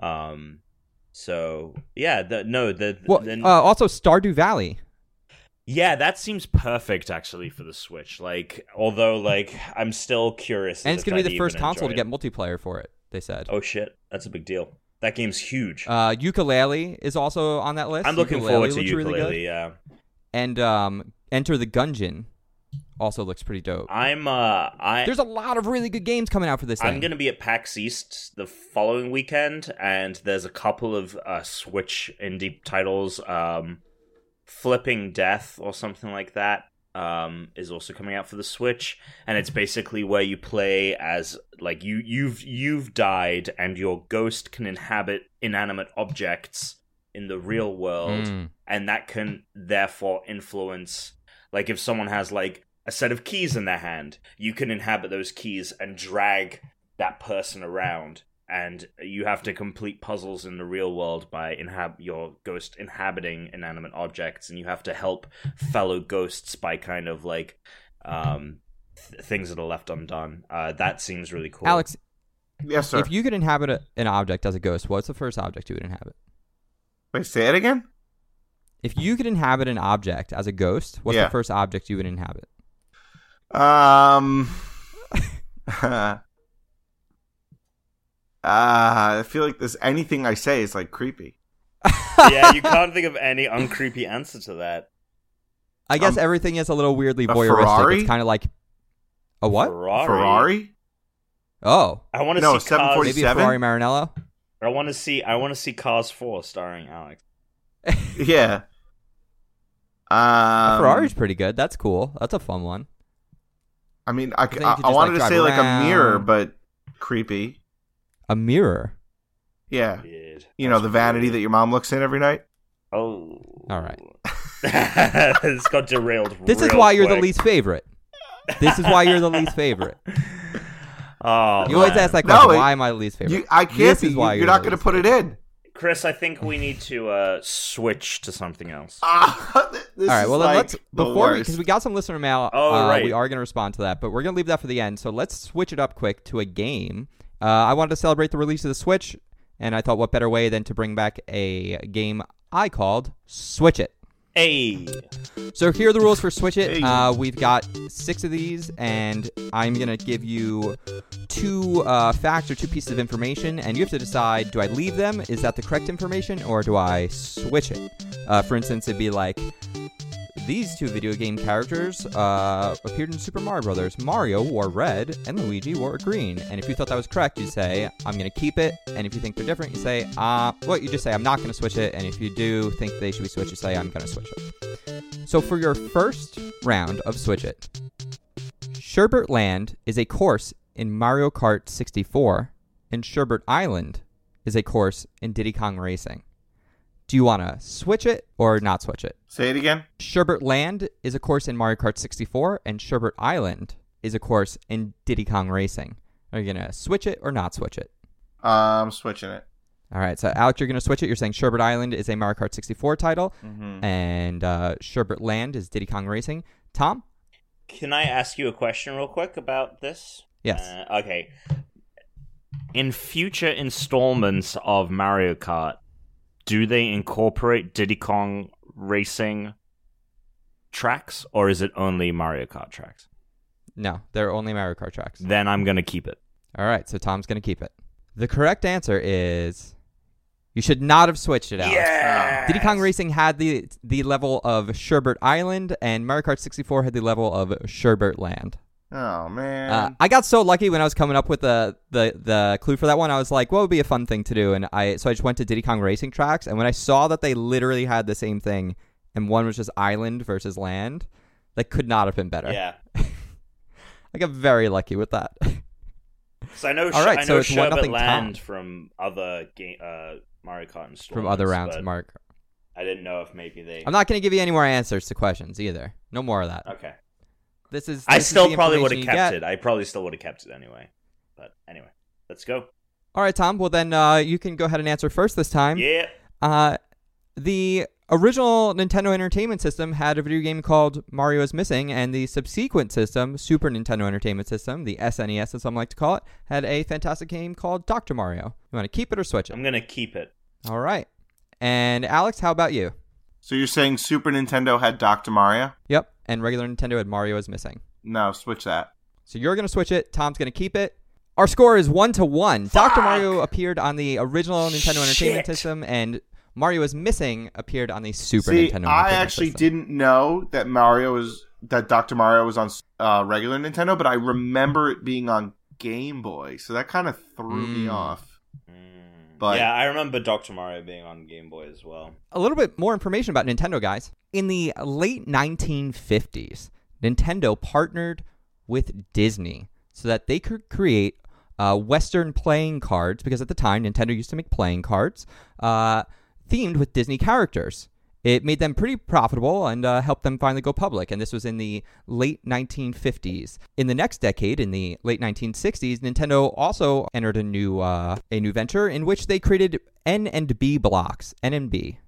Speaker 3: Um, so yeah, the, no, the,
Speaker 1: well,
Speaker 3: the-
Speaker 1: uh, also Stardew Valley.
Speaker 3: yeah, that seems perfect actually for the Switch. Like, although like I'm still curious,
Speaker 1: And
Speaker 3: as
Speaker 1: it's
Speaker 3: if
Speaker 1: going to
Speaker 3: I'd
Speaker 1: be the
Speaker 3: even
Speaker 1: first console to get
Speaker 3: enjoy
Speaker 1: multiplayer for it, they said.
Speaker 3: it. Oh shit, that's a big deal. That game's huge.
Speaker 1: Uh, ukulele is also on that list.
Speaker 3: I'm looking
Speaker 1: Ukulele
Speaker 3: forward to
Speaker 1: looks
Speaker 3: ukulele.
Speaker 1: Really good.
Speaker 3: yeah.
Speaker 1: And um, Enter the Gungeon also looks pretty dope.
Speaker 3: I'm uh I
Speaker 1: There's a lot of really good games coming out for this
Speaker 3: I'm
Speaker 1: thing.
Speaker 3: going to be at PAX East the following weekend, and there's a couple of uh, Switch indie titles. Um, Flipping Death or something like that um, is also coming out for the Switch, and it's basically where you play as like you you've you've died, and your ghost can inhabit inanimate objects in the real world,
Speaker 1: Mm.
Speaker 3: and that can therefore influence like if someone has like a set of keys in their hand you can inhabit those keys and drag that person around and you have to complete puzzles in the real world by inhab- your ghost inhabiting inanimate objects and you have to help fellow ghosts by kind of like um th- things that are left undone uh that seems really cool
Speaker 1: Alex, (laughs)
Speaker 2: Yes, sir.
Speaker 1: if you could inhabit a, an object as a ghost, what's the first object you would inhabit?
Speaker 2: Wait, say it again.
Speaker 1: If you could inhabit an object as a ghost, what's
Speaker 2: Yeah.
Speaker 1: the first object you would inhabit?
Speaker 2: Um. (laughs) Ah, I feel like this. Anything I say is like creepy.
Speaker 3: yeah you can't think of any uncreepy answer to that
Speaker 1: I guess
Speaker 2: Um,
Speaker 1: everything is a little weirdly
Speaker 2: a
Speaker 1: voyeuristic.
Speaker 2: Ferrari?
Speaker 1: It's kind of like a what?
Speaker 3: ferrari,
Speaker 2: Ferrari?
Speaker 1: Oh,
Speaker 3: i want to
Speaker 2: No,
Speaker 3: see cars
Speaker 2: 747.
Speaker 1: maybe a Ferrari Marinello.
Speaker 3: I want to see. I want to see Cars Four starring Alex.
Speaker 2: Yeah. Um,
Speaker 1: a Ferrari's pretty good. That's cool. That's a fun one.
Speaker 2: I mean, I,
Speaker 1: then you
Speaker 2: I,
Speaker 1: could
Speaker 2: I
Speaker 1: just,
Speaker 2: wanted
Speaker 1: like,
Speaker 2: to say
Speaker 1: drive
Speaker 2: like a mirror,
Speaker 1: around.
Speaker 2: but creepy.
Speaker 1: A mirror.
Speaker 2: Yeah.
Speaker 3: Weird.
Speaker 2: You know, the vanity that your mom looks in every night.
Speaker 3: Oh.
Speaker 1: All right.
Speaker 3: (laughs) it's got derailed.
Speaker 1: This is
Speaker 3: real
Speaker 1: why you're the
Speaker 3: quick.
Speaker 1: least favorite. This is why you're the least favorite.
Speaker 3: (laughs) Oh,
Speaker 1: You always
Speaker 3: man.
Speaker 1: ask that
Speaker 2: No,
Speaker 1: question.
Speaker 2: it-
Speaker 1: why am I the least favorite?
Speaker 2: You, I can't
Speaker 1: This
Speaker 2: be.
Speaker 1: is
Speaker 2: You-
Speaker 1: why
Speaker 2: you're,
Speaker 1: you're
Speaker 2: not
Speaker 1: the
Speaker 2: going to
Speaker 1: least
Speaker 2: put it in.
Speaker 3: Chris. I think we need to uh, switch to something else.
Speaker 2: Ah, (laughs) this
Speaker 1: All right.
Speaker 2: is
Speaker 1: Well, then
Speaker 2: like
Speaker 1: let's
Speaker 2: the
Speaker 1: before
Speaker 2: worst.
Speaker 1: because we got some listener mail.
Speaker 3: Oh,
Speaker 1: uh,
Speaker 3: right.
Speaker 1: We are going to respond to that, but we're going to leave that for the end. So let's switch it up quick to a game. Uh, I wanted to celebrate the release of the Switch. And I thought, what better way than to bring back a game I called Switch It.
Speaker 3: Hey,
Speaker 1: So here are the rules for Switch It.
Speaker 2: Hey.
Speaker 1: Uh, we've got six of these, and I'm gonna give you two uh, facts or two pieces of information, and you have to decide: do I leave them? Is that the correct information, or do I switch it? Uh, for instance, it'd be like these two video game characters uh, appeared in Super Mario Brothers. Mario wore red, and Luigi wore green. And if you thought that was correct, you say I'm gonna keep it. And if you think they're different, you say uh, well, you just say I'm not gonna switch it. And if you do think they should be switched, you say I'm gonna switch it. So for your first round of Switch It, Sherbert Land is a course in Mario Kart 64, and Sherbert Island is a course in Diddy Kong Racing. Do you want to switch it or not switch it?
Speaker 2: Say it again.
Speaker 1: Sherbert Land is a course in Mario Kart 64, and Sherbert Island is a course in Diddy Kong Racing. Are you going to switch it or not switch it?
Speaker 2: I'm switching it.
Speaker 1: All right, so Alec, you're going to switch it. You're saying Sherbert Island is a Mario Kart 64 title, and uh, Sherbert Land is Diddy Kong Racing. Tom?
Speaker 3: can I ask you a question real quick about this?
Speaker 1: Yes.
Speaker 3: Uh, okay. In future installments of Mario Kart, do they incorporate Diddy Kong racing tracks or is it only Mario Kart tracks?
Speaker 1: No, they're only Mario Kart tracks.
Speaker 3: Then I'm going to keep it.
Speaker 1: All right, so Tom's going to keep it. The correct answer is you should not have switched it out.
Speaker 3: Yeah.
Speaker 1: Diddy Kong Racing had the the level of Sherbert Island, and Mario Kart 64 had the level of Sherbert Land.
Speaker 2: Oh man.
Speaker 1: Uh, I got so lucky when I was coming up with the, the the clue for that one. I was like, what would be a fun thing to do? And I so I just went to Diddy Kong Racing tracks, and when I saw that they literally had the same thing, and one was just island versus land, that could not have been better.
Speaker 3: Yeah.
Speaker 1: I got very lucky with that. (laughs)
Speaker 3: So I know,
Speaker 1: All right,
Speaker 3: I
Speaker 1: so
Speaker 3: know
Speaker 1: it's one
Speaker 3: Sherbet
Speaker 1: nothing
Speaker 3: Land
Speaker 1: Tom.
Speaker 3: from other game, uh, Mario Kart installments.
Speaker 1: From other rounds,
Speaker 3: but
Speaker 1: Mark.
Speaker 3: I didn't know if maybe they.
Speaker 1: I'm not going to give you any more answers to questions either. No more of that.
Speaker 3: okay.
Speaker 1: This is.
Speaker 3: I
Speaker 1: this is
Speaker 3: still
Speaker 1: the
Speaker 3: probably would have
Speaker 1: information
Speaker 3: kept
Speaker 1: you get.
Speaker 3: it. I probably still would have kept it anyway. But anyway, let's go.
Speaker 1: All right, Tom. Well, then uh, you can go ahead and answer first this time.
Speaker 3: Yeah.
Speaker 1: Uh, the original Nintendo Entertainment System had a video game called Mario is Missing, and the subsequent system, Super Nintendo Entertainment System, the SNES, as some like to call it, had a fantastic game called Dr. Mario. You want to keep it or switch it?
Speaker 3: I'm gonna keep it.
Speaker 1: All right. And Alex, how about you?
Speaker 2: so you're saying Super Nintendo had Dr. Mario?
Speaker 1: Yep. And regular Nintendo had Mario is Missing.
Speaker 2: No, switch that.
Speaker 1: So you're going to switch it. Tom's going to keep it. Our score is one to one. Dr. Mario appeared on the original Nintendo Entertainment
Speaker 3: Shit.
Speaker 1: System, and Mario is Missing appeared on the Super
Speaker 2: See,
Speaker 1: Nintendo.
Speaker 2: I
Speaker 1: Entertainment
Speaker 2: actually
Speaker 1: System.
Speaker 2: didn't know that Mario was that Dr. Mario was on uh, regular Nintendo, but I remember it being on Game Boy, so that kind of threw me
Speaker 1: Mm.
Speaker 2: off.
Speaker 3: Mm.
Speaker 2: But-
Speaker 3: yeah, I remember Doctor Mario being on Game Boy as well.
Speaker 1: a little bit more information about Nintendo, guys. In the late 1950s, Nintendo partnered with Disney so that they could create uh, Western playing cards, because at the time, Nintendo used to make playing cards uh, themed with Disney characters. It made them pretty profitable and uh, helped them finally go public. And this was in the late 1950s. In the next decade, in the late 1960s, Nintendo also entered a new uh, a new venture in which they created N and B blocks, N and B,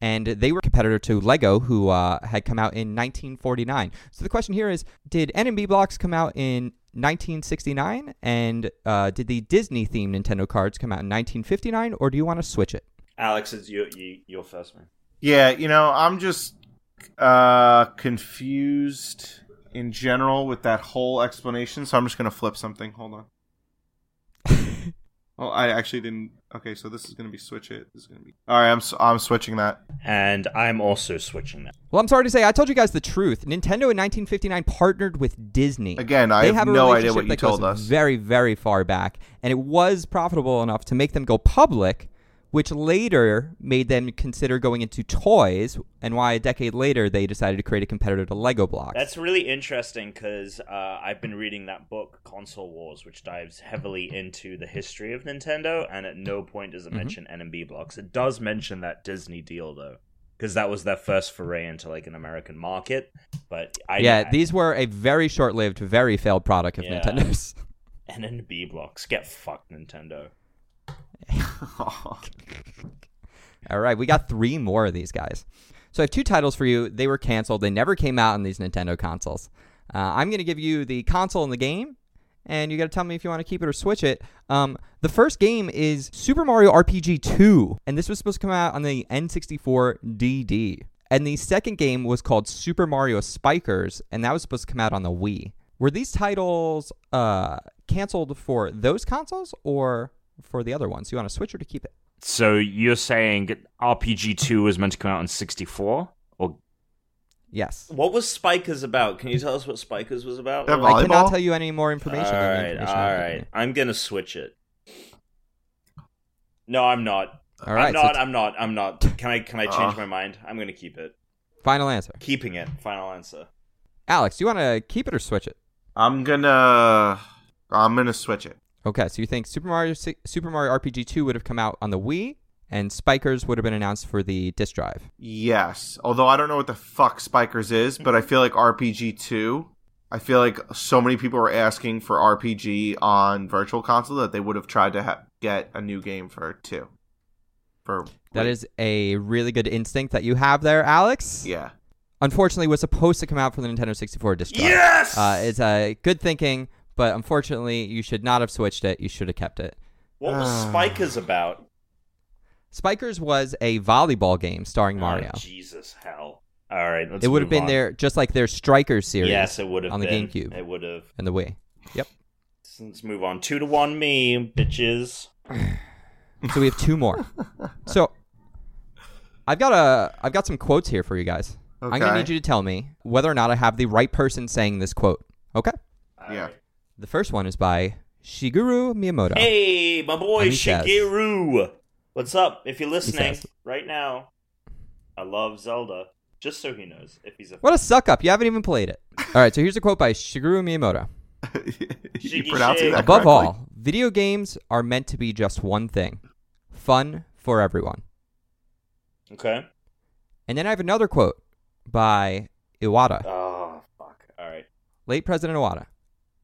Speaker 1: and they were a competitor to Lego, who uh, had come out in 1949. So the question here is, did N and B blocks come out in 1969, and uh, did the Disney themed Nintendo cards come out in 1959, or do you want to switch it? (laughs)
Speaker 3: Alex, it's you, you, your first man.
Speaker 2: Yeah, you know, I'm just uh confused in general with that whole explanation, so I'm just gonna flip something. Hold on. oh, I actually didn't. Okay, so this is gonna be switch it. This is gonna be. All right, I'm s- I'm switching that.
Speaker 3: And I'm also switching that.
Speaker 1: Well, I'm sorry to say, I told you guys the truth. Nintendo in 1959 partnered with Disney.
Speaker 2: Again, I
Speaker 1: they
Speaker 2: have
Speaker 1: have a
Speaker 2: no idea
Speaker 1: relationship
Speaker 2: what you
Speaker 1: that
Speaker 2: told
Speaker 1: goes
Speaker 2: us.
Speaker 1: Very, very far back, and it was profitable enough to make them go public, which later made them consider going into toys, and why a decade later they decided to create a competitor to Lego blocks.
Speaker 3: That's really interesting because uh, I've been reading that book, Console Wars, which dives heavily into the history of Nintendo, and at no point
Speaker 1: Mm-hmm.
Speaker 3: does it mention N and B blocks. It does mention that Disney deal though, because that was their first foray into like an American market. But I
Speaker 1: yeah,
Speaker 3: I-
Speaker 1: these were a very short-lived, very failed product of
Speaker 3: Yeah.
Speaker 1: Nintendo's. (laughs)
Speaker 3: N and B blocks get fucked, Nintendo.
Speaker 1: All right, we got three more of these guys. So I have two titles for you. They were canceled. They never came out on these Nintendo consoles. Uh, I'm going to give you the console in the game, and you got to tell me if you want to keep it or switch it. Um, the first game is Super Mario RPG 2, and this was supposed to come out on the N64 DD. And the second game was called Super Mario Spikers, and that was supposed to come out on the Wii. Were these titles uh, canceled for those consoles or for the other ones? You want to switch or to keep it?
Speaker 3: So you're saying RPG two was meant to come out in sixty four? Or
Speaker 1: Yes.
Speaker 4: What was Spikers about? Can you tell us what Spikers was about?
Speaker 2: Yeah,
Speaker 4: All
Speaker 2: well,
Speaker 4: right,
Speaker 1: I cannot
Speaker 2: Volleyball?
Speaker 1: tell you any more information.
Speaker 4: all
Speaker 1: than the
Speaker 4: right.
Speaker 1: information I've given
Speaker 4: I'm gonna switch it.
Speaker 3: no, I'm not.
Speaker 1: you. All right.
Speaker 3: I'm
Speaker 1: so Oh.
Speaker 3: not.
Speaker 1: it's-
Speaker 3: I'm not. I'm not. Can I? Can I change
Speaker 2: Ugh.
Speaker 3: my mind? I'm gonna keep it.
Speaker 1: final answer.
Speaker 3: Keeping it. Final answer.
Speaker 1: Alex, you want to keep it or switch it?
Speaker 2: (laughs) I'm gonna I'm gonna switch it.
Speaker 1: Okay, so you think Super Mario si- Super Mario RPG 2 would have come out on the Wii and Spikers would have been announced for the disc drive.
Speaker 2: Yes. Although I don't know what the fuck Spikers is, but I feel like RPG two. I feel like so many people were asking for RPG on Virtual Console that they would have tried to ha- get a new game for two. For
Speaker 1: That is a really good instinct that you have there, Alex.
Speaker 2: yeah. (laughs)
Speaker 1: Unfortunately, it was supposed to come out for the Nintendo 64 disc drive.
Speaker 3: Yes.
Speaker 1: Uh, it's uh, good thinking, but unfortunately, you should not have switched it. You should have kept it.
Speaker 3: what was
Speaker 2: Ah.
Speaker 3: Spikers about?
Speaker 1: Spikers was a volleyball game starring Mario.
Speaker 3: Oh, Jesus hell. All right. Let's
Speaker 1: it would have
Speaker 3: move
Speaker 1: been
Speaker 3: on.
Speaker 1: there just like their Strikers series
Speaker 3: Yes, it would have
Speaker 1: on the
Speaker 3: been.
Speaker 1: GameCube.
Speaker 3: It would have.
Speaker 1: and the Wii. Yep.
Speaker 3: Let's move on. Two to one, me bitches.
Speaker 1: So we have two more. so I've got a I've got some quotes here for you guys. I'm gonna
Speaker 2: Okay.
Speaker 1: need you to tell me whether or not I have the right person saying this quote. Okay.
Speaker 2: yeah.
Speaker 1: The first one is by Shigeru Miyamoto.
Speaker 3: Hey, my boy
Speaker 1: And he says-
Speaker 3: Shigeru. What's up? If you're listening
Speaker 1: says-
Speaker 3: right now, I love Zelda. Just so he knows, if he's a
Speaker 1: What a suck up! You haven't even played it. All right. So here's a quote by Shigeru Miyamoto.
Speaker 2: you pronouncing
Speaker 3: shake.
Speaker 2: that
Speaker 1: Above
Speaker 2: correctly.
Speaker 1: all, video games are meant to be just one thing: fun for everyone.
Speaker 3: okay.
Speaker 1: And then I have another quote by Iwata.
Speaker 3: Oh fuck! All right.
Speaker 1: late President Iwata,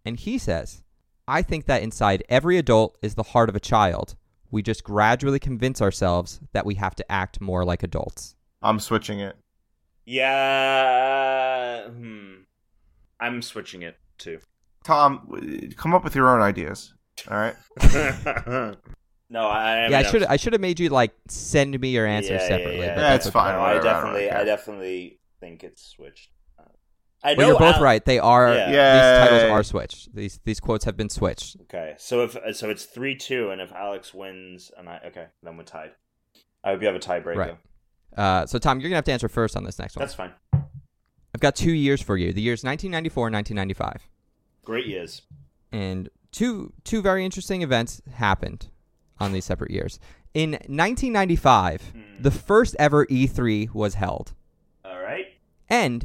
Speaker 1: and he says, I think that inside every adult is the heart of a child. We just gradually convince ourselves that we have to act more like adults.
Speaker 2: I'm switching it.
Speaker 3: Yeah. Hmm. I'm switching it too. (laughs)
Speaker 2: Tom, w- come up with your own ideas. All right.
Speaker 3: no, I.
Speaker 1: yeah, I
Speaker 3: haven't
Speaker 1: should I should have made you like send me your answer
Speaker 3: Yeah, yeah,
Speaker 1: separately.
Speaker 3: yeah.
Speaker 1: but
Speaker 2: Yeah, it's
Speaker 1: okay.
Speaker 2: fine.
Speaker 3: No,
Speaker 2: Right,
Speaker 3: I
Speaker 2: right,
Speaker 3: definitely,
Speaker 2: right,
Speaker 3: I
Speaker 2: okay.
Speaker 3: definitely think it's switched. Uh, I
Speaker 1: But
Speaker 3: know
Speaker 1: you're both
Speaker 3: Al-
Speaker 1: right. They are
Speaker 3: Yeah.
Speaker 1: these titles
Speaker 2: Yay.
Speaker 1: are switched. These these quotes have been switched.
Speaker 3: Okay, so if uh, so, it's three two, and if Alex wins, and I okay, then we're tied. I hope you have a tiebreaker.
Speaker 1: Right. Uh, so Tom, you're gonna have to answer first on this next one.
Speaker 3: That's fine.
Speaker 1: I've got two years for you. The years 1994 and 1995.
Speaker 3: Great years.
Speaker 1: and two two very interesting events happened on these separate years. In 1995, the first ever E3 was held,
Speaker 3: All right.
Speaker 1: and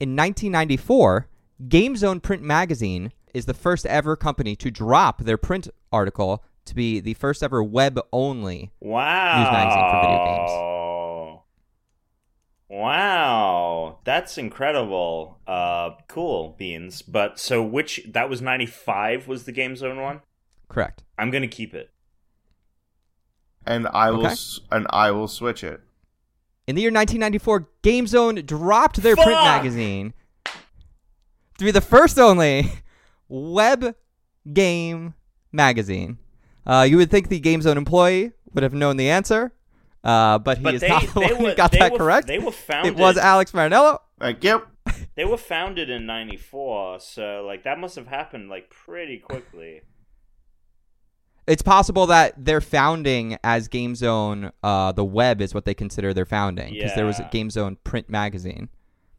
Speaker 1: in 1994, GameZone Print Magazine is the first ever company to drop their print article to be the first ever web only.
Speaker 3: Wow.
Speaker 1: magazine for video
Speaker 3: Wow, that's incredible. Uh, cool beans. But so which that was ninety five was the Game Zone one.
Speaker 1: Correct.
Speaker 3: I'm gonna keep it.
Speaker 2: And I will
Speaker 1: Okay.
Speaker 2: s- and I will switch it.
Speaker 1: In the year 1994, GameZone dropped their print
Speaker 3: Fuck!
Speaker 1: magazine to be the first only (laughs) web game magazine. Uh, you would think the GameZone employee would have known the answer, uh, but he
Speaker 3: But
Speaker 1: is
Speaker 3: they-
Speaker 1: not the
Speaker 3: they
Speaker 1: one who
Speaker 3: were-
Speaker 1: got
Speaker 3: they
Speaker 1: that
Speaker 3: were-
Speaker 1: correct.
Speaker 3: they were
Speaker 1: It was
Speaker 3: founded-
Speaker 1: Alex Marinello.
Speaker 2: Like, yep.
Speaker 3: They were founded in ninety four, so like that must have happened like pretty quickly.
Speaker 1: It's possible that their founding as GameZone, uh, the web is what they consider their founding because there was a
Speaker 3: Yeah.
Speaker 1: GameZone print magazine.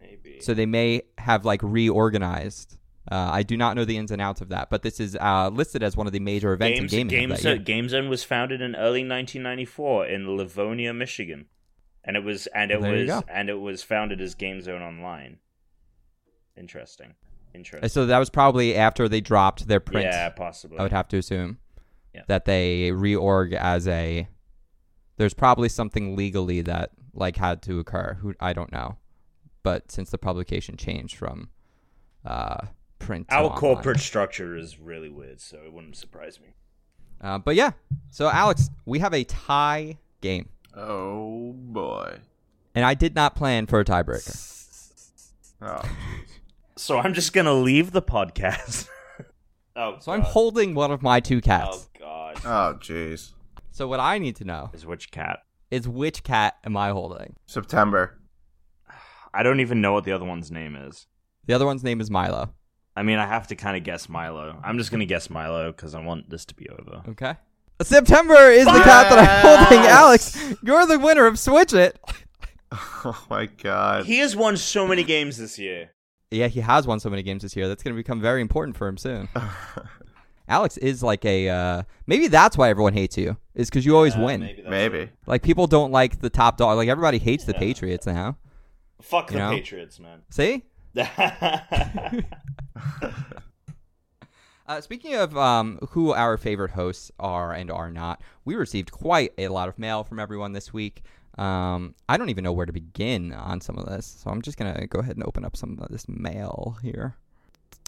Speaker 3: Maybe.
Speaker 1: So they may have like reorganized. Uh, I do not know the ins and outs of that, but this is uh, listed as one of the major events
Speaker 3: Games,
Speaker 1: in gaming. of
Speaker 3: Game,
Speaker 1: that
Speaker 3: Zone,
Speaker 1: year.
Speaker 3: Game Zone was founded in early 1994 in Livonia, Michigan, and it was and it
Speaker 1: There you
Speaker 3: was
Speaker 1: go.
Speaker 3: and it was founded as Game Zone Online. Interesting,
Speaker 1: And
Speaker 3: interesting.
Speaker 1: Uh, So that was probably after they dropped their print.
Speaker 3: Yeah, possibly.
Speaker 1: I would have to assume
Speaker 3: Yeah.
Speaker 1: that they reorg as a. There's probably something legally that like had to occur. Who I don't know, but since the publication changed from uh, print, to
Speaker 3: Our
Speaker 1: online.
Speaker 3: corporate structure is really weird, so it wouldn't surprise me.
Speaker 1: Uh, but yeah, so Alex, we have a tie game,
Speaker 2: Oh boy.
Speaker 1: and I did not plan for a tiebreaker.
Speaker 2: Oh.
Speaker 3: So I'm just gonna leave the podcast. (laughs) Oh,
Speaker 1: So I'm
Speaker 3: God.
Speaker 1: holding one of my two
Speaker 3: Oh
Speaker 1: cats.
Speaker 3: God.
Speaker 2: Oh, jeez.
Speaker 1: So what I need to know
Speaker 5: Is which cat?
Speaker 1: is which cat am I holding?
Speaker 2: September.
Speaker 5: I don't even know what the other one's name is.
Speaker 1: The other one's name is Milo.
Speaker 5: I mean, I have to kind of guess Milo. I'm just gonna guess Milo because I want this to be over.
Speaker 1: Okay. September is the cat that I'm holding, Alex. You're the winner of Switch It.
Speaker 2: (laughs) Oh my god.
Speaker 3: He has won so many games this year.
Speaker 1: Yeah, he has won so many games this year. That's going to become very important for him soon. Alex is like a uh, maybe that's why everyone hates you is because you always win.
Speaker 3: Maybe that's
Speaker 2: Maybe.
Speaker 1: Like people don't like the top dog. Like everybody hates the Patriots now.
Speaker 3: Fuck
Speaker 1: You
Speaker 3: the
Speaker 1: know?
Speaker 3: Patriots, man. (laughs)
Speaker 1: See. Uh, speaking of um, who our favorite hosts are and are not, we received quite a lot of mail from everyone this week. Um, I don't even know where to begin on some of this, so I'm just gonna go ahead and open up some of this mail here.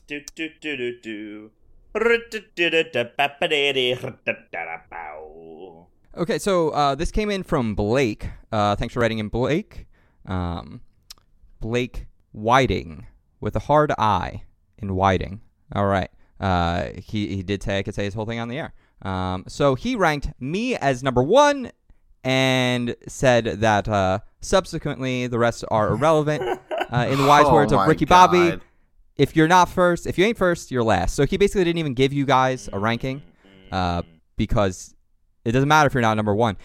Speaker 3: do do do do do. Ru-du-du-du-du-ba-ba-da-dee, ru-da-da-da-bow.
Speaker 1: Okay, so uh, this came in from Blake. Uh, thanks for writing in, Blake. Um, Blake Whiting with a hard I in Whiting. All right. Uh, he, he did say I could say his whole thing on the air. Um, so he ranked me as number one and said that uh, subsequently the rest
Speaker 2: (laughs)
Speaker 1: are irrelevant. Uh, in the wise
Speaker 2: Oh
Speaker 1: words of
Speaker 2: my
Speaker 1: Ricky Bobby,
Speaker 2: God.
Speaker 1: if you're not first, if you ain't first, you're last. So he basically didn't even give you guys a ranking uh, because it doesn't matter if you're not number one.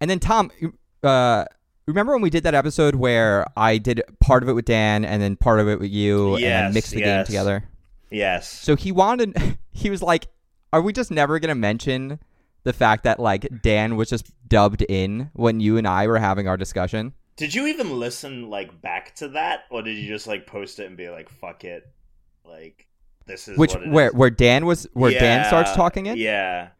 Speaker 1: And then Tom, you- uh, remember when we did that episode where I did part of it with Dan and then part of it with you and I
Speaker 3: Yes,
Speaker 1: mixed the game
Speaker 3: yes.
Speaker 1: together?
Speaker 3: Yes.
Speaker 1: So he wanted, (laughs) he was like, "Are we just never gonna mention the fact that like Dan was just dubbed in when you and I were having our discussion?"
Speaker 3: Did you even listen like back to that, or did you just like post it and be like, "Fuck it," like this is
Speaker 1: Which
Speaker 3: what it
Speaker 1: where
Speaker 3: is?
Speaker 1: where Dan was where Dan
Speaker 3: Yeah,
Speaker 1: starts talking it?
Speaker 3: Yeah.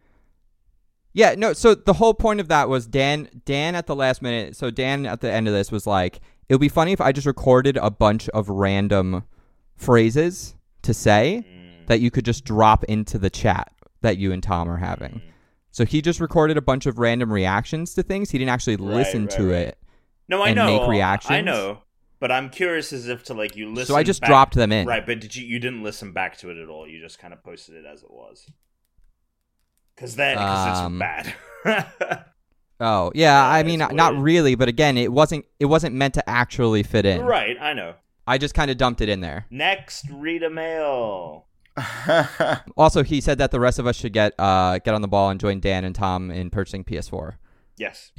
Speaker 1: Yeah, no. So the whole point of that was Dan. Dan at the last minute. So Dan at the end of this was like, "It would be funny if I just recorded a bunch of random phrases to say
Speaker 3: Mm.
Speaker 1: that you could just drop into the chat that you and Tom are having." So he just recorded a bunch of random reactions to things. He didn't actually listen
Speaker 3: right,
Speaker 1: to
Speaker 3: right.
Speaker 1: it,
Speaker 3: No, I
Speaker 1: and
Speaker 3: know.
Speaker 1: make
Speaker 3: I
Speaker 1: reactions?
Speaker 3: know, but I'm curious as if to like you listen.
Speaker 1: so I just
Speaker 3: back-
Speaker 1: dropped them in.
Speaker 3: Right, but did you? You didn't listen back to it at all. You just kind of posted it as it was. Because then, because
Speaker 1: Um, (laughs)
Speaker 3: it's bad.
Speaker 1: Oh yeah, I
Speaker 3: Yeah,
Speaker 1: mean
Speaker 3: it's
Speaker 1: not
Speaker 3: weird.
Speaker 1: really, but again, it wasn't. It wasn't meant to actually fit in.
Speaker 3: right, I know.
Speaker 1: I just kind of dumped it in there.
Speaker 3: Next, read a mail.
Speaker 1: Also, he said that the rest of us should get uh, get on the ball and join Dan and Tom in purchasing PS4,
Speaker 3: Yes.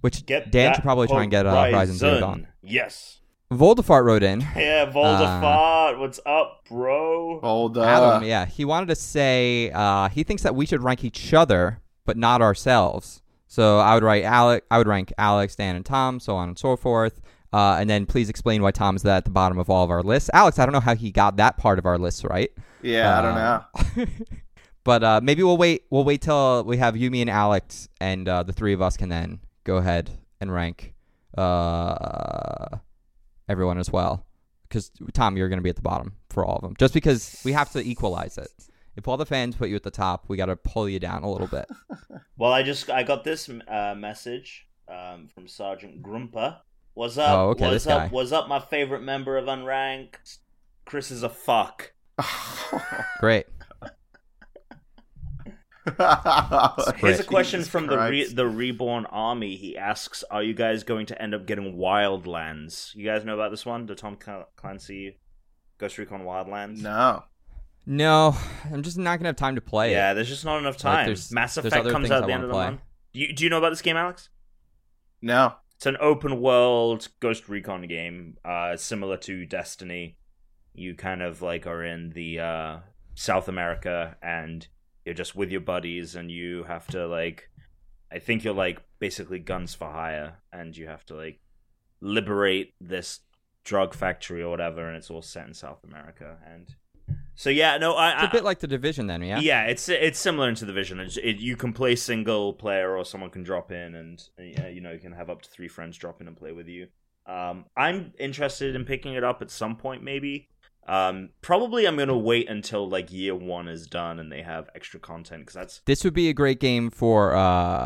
Speaker 1: which
Speaker 3: Get
Speaker 1: Dan
Speaker 3: that
Speaker 1: should probably try and get uh, Horizon Zero Dawn.
Speaker 3: Yes.
Speaker 1: Voldemort wrote in.
Speaker 3: Yeah,
Speaker 1: Uh,
Speaker 3: Voldemort, what's up, bro?
Speaker 2: (laughs) Hold up.
Speaker 1: Adam, yeah, he wanted to say uh, he thinks that we should rank each other, but not ourselves. So I would write Alec, I would rank Alex, Dan, and Tom, so on and so forth. Uh, and then please explain why Tom's at the bottom of all of our lists. Alex, I don't know how he got that part of our list right.
Speaker 2: Yeah, I don't know.
Speaker 1: But uh, maybe we'll wait. We'll wait till we have Yumi and Alex, and uh, the three of us can then go ahead and rank uh, everyone as well. Because Tom, you're going to be at the bottom for all of them, just because we have to equalize it. If all the fans put you at the top, we got to pull you down a little
Speaker 3: (laughs)
Speaker 1: bit.
Speaker 3: Well, I just I got this uh, message um, from Sergeant Grumper. What's up?
Speaker 1: Oh, okay,
Speaker 3: what's
Speaker 1: this
Speaker 3: up?
Speaker 1: guy.
Speaker 3: What's up, my favorite member of Unranked? Chris is a fuck.
Speaker 1: Great.
Speaker 3: Here's a
Speaker 1: um, (laughs)
Speaker 2: (laughs) Jesus
Speaker 3: question from the re-
Speaker 2: Christ.
Speaker 3: the Reborn Army. He asks, "Are you guys going to end up getting Wildlands? You guys know about this one, the Tom Cl- Clancy Ghost Recon Wildlands?
Speaker 2: No.
Speaker 1: No, I'm just not going to have time to play
Speaker 3: yeah,
Speaker 1: it.
Speaker 3: there's just not enough time.
Speaker 1: there's-
Speaker 3: Mass
Speaker 1: there's
Speaker 3: Effect
Speaker 1: other
Speaker 3: comes
Speaker 1: things I
Speaker 3: out at the end
Speaker 1: wanna
Speaker 3: of the
Speaker 1: play.
Speaker 3: month. Do you, do you know about this game, Alex?
Speaker 2: No.
Speaker 3: It's an open world Ghost Recon game, uh, similar to Destiny. You kind of like are in the uh, South America, and you're just with your buddies, and you have to like, I think you're like basically guns for hire, and you have to like liberate this drug factory or whatever, and it's all set in South America, and so yeah, no, I,
Speaker 1: It's a
Speaker 3: I-
Speaker 1: bit like the division, then. Yeah.
Speaker 3: yeah. it's it's similar to the Vision. It's, it, you can play single player, or someone can drop in, and uh, you know you can have up to three friends drop in and play with you. Um, I'm interested in picking it up at some point, maybe. Um, probably I'm gonna wait until like year one is done and they have extra content because that's
Speaker 1: This would be a great game for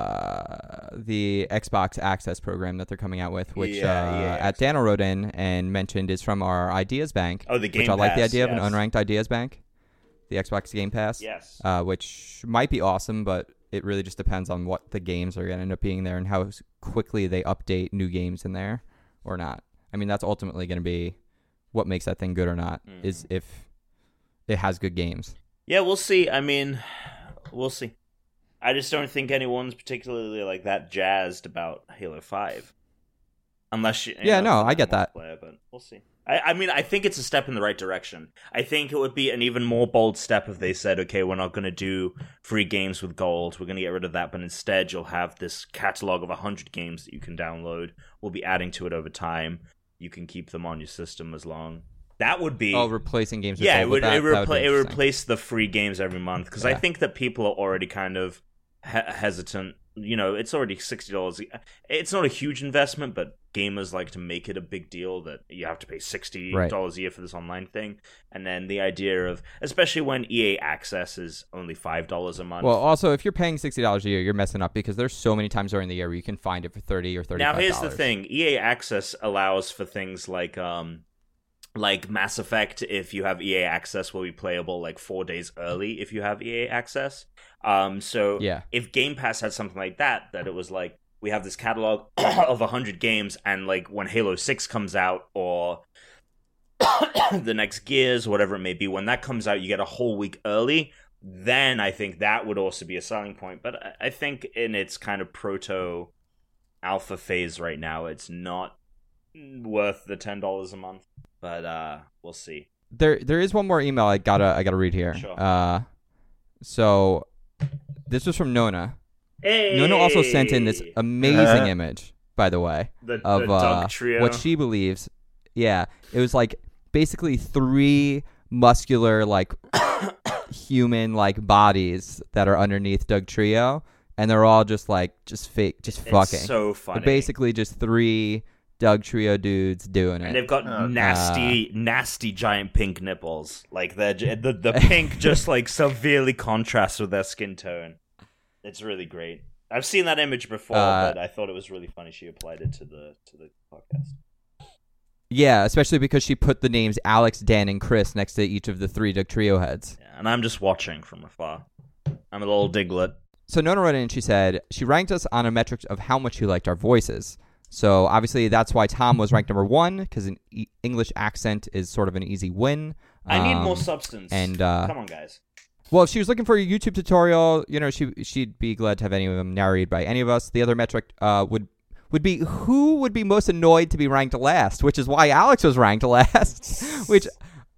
Speaker 1: uh, the Xbox Access program that they're coming out with, which
Speaker 3: Yeah,
Speaker 1: uh,
Speaker 3: yeah,
Speaker 1: at Dan wrote in and mentioned is from our Ideas Bank,
Speaker 3: oh the game.
Speaker 1: which I like the
Speaker 3: Pass,
Speaker 1: idea of
Speaker 3: yes.
Speaker 1: an unranked Ideas Bank. the Xbox Game Pass.
Speaker 3: Yes.
Speaker 1: uh, which might be awesome, but it really just depends on what the games are going to end up being there and how s- quickly they update new games in there or not. I mean, that's ultimately going to be what makes that thing good or not is
Speaker 3: Mm.
Speaker 1: if it has good games.
Speaker 3: Yeah, we'll see. I mean, we'll see. I just don't think anyone's particularly like that jazzed about Halo Five, unless you, you
Speaker 1: Yeah,
Speaker 3: know,
Speaker 1: no, I get that.
Speaker 3: multiplayer, but we'll see. I, I mean, I think it's a step in the right direction. I think it would be an even more bold step if they said, "Okay, we're not going to do free games with gold. We're going to get rid of that, but instead, you'll have this catalog of hundred games that you can download. We'll be adding to it over time. You can keep them on your system as long." That would be
Speaker 1: Oh, replacing games. with
Speaker 3: yeah, it
Speaker 1: gold
Speaker 3: would,
Speaker 1: with that, that
Speaker 3: it,
Speaker 1: would
Speaker 3: repla-
Speaker 1: be
Speaker 3: it
Speaker 1: interesting.
Speaker 3: replaced the free games every month because I
Speaker 1: Yeah.
Speaker 3: think that people are already kind of he- hesitant. You know, it's already sixty dollars. e, It's not a huge investment, but gamers like to make it a big deal that you have to pay sixty
Speaker 1: Right.
Speaker 3: dollars a year for this online thing. And then the idea of, especially when EA Access is only five dollars a month.
Speaker 1: Well, also, if you're paying sixty dollars a year, you're messing up because there's so many times during the year where you can find it for thirty or thirty.
Speaker 3: now here's the thing: EA Access allows for things like um, like Mass Effect. If you have EA Access, will be playable like four days early if you have EA Access. Um, so
Speaker 1: Yeah.
Speaker 3: if Game Pass had something like that, that it was like we have this catalog (clears throat) of hundred games, and like when Halo Six comes out or (coughs) the next Gears, whatever it may be, when that comes out, you get a whole week early. Then I think that would also be a selling point. But I- I think in its kind of proto alpha phase right now, it's not worth the ten dollars a month. But uh we'll see.
Speaker 1: there there is one more email I gotta I gotta read here.
Speaker 3: Sure.
Speaker 1: Uh, so this was from Nona.
Speaker 3: Hey,
Speaker 1: Nona also sent in this amazing
Speaker 2: Uh-huh.
Speaker 1: image, by the way,
Speaker 3: the,
Speaker 1: of
Speaker 3: the dunk
Speaker 1: uh,
Speaker 3: trio.
Speaker 1: what she believes. Yeah, it was like basically three muscular,
Speaker 3: (coughs)
Speaker 1: like human, like bodies that are underneath Doug Trio, and they're all just like just fake, just
Speaker 3: it's
Speaker 1: fucking.
Speaker 3: so
Speaker 1: They're
Speaker 3: funny.
Speaker 1: basically just three Doug Trio dudes doing
Speaker 3: and
Speaker 1: it.
Speaker 3: they've got
Speaker 2: Uh,
Speaker 3: nasty, nasty giant pink nipples. Like they're j-
Speaker 1: (laughs)
Speaker 3: the the pink just like severely contrasts with their skin tone. It's really great. I've seen that image before,
Speaker 1: Uh,
Speaker 3: but I thought it was really funny. She applied it to the to the podcast.
Speaker 1: Yeah, especially because she put the names Alex, Dan, and Chris next to each of the three Doug Trio heads.
Speaker 3: Yeah, and I'm just watching from afar. I'm a little diglet.
Speaker 1: So Nona wrote in and she said she ranked us on a metric of how much she liked our voices. So obviously that's why Tom was ranked number one because an e- English accent is sort of an easy win.
Speaker 3: I need more
Speaker 1: Um,
Speaker 3: substance.
Speaker 1: and, uh,
Speaker 3: come on, guys.
Speaker 1: Well, if she was looking for a YouTube tutorial, you know, she she'd be glad to have any of them narrated by any of us. The other metric uh, would would be who would be most annoyed to be ranked last, which is why Alex was ranked (laughs) last. which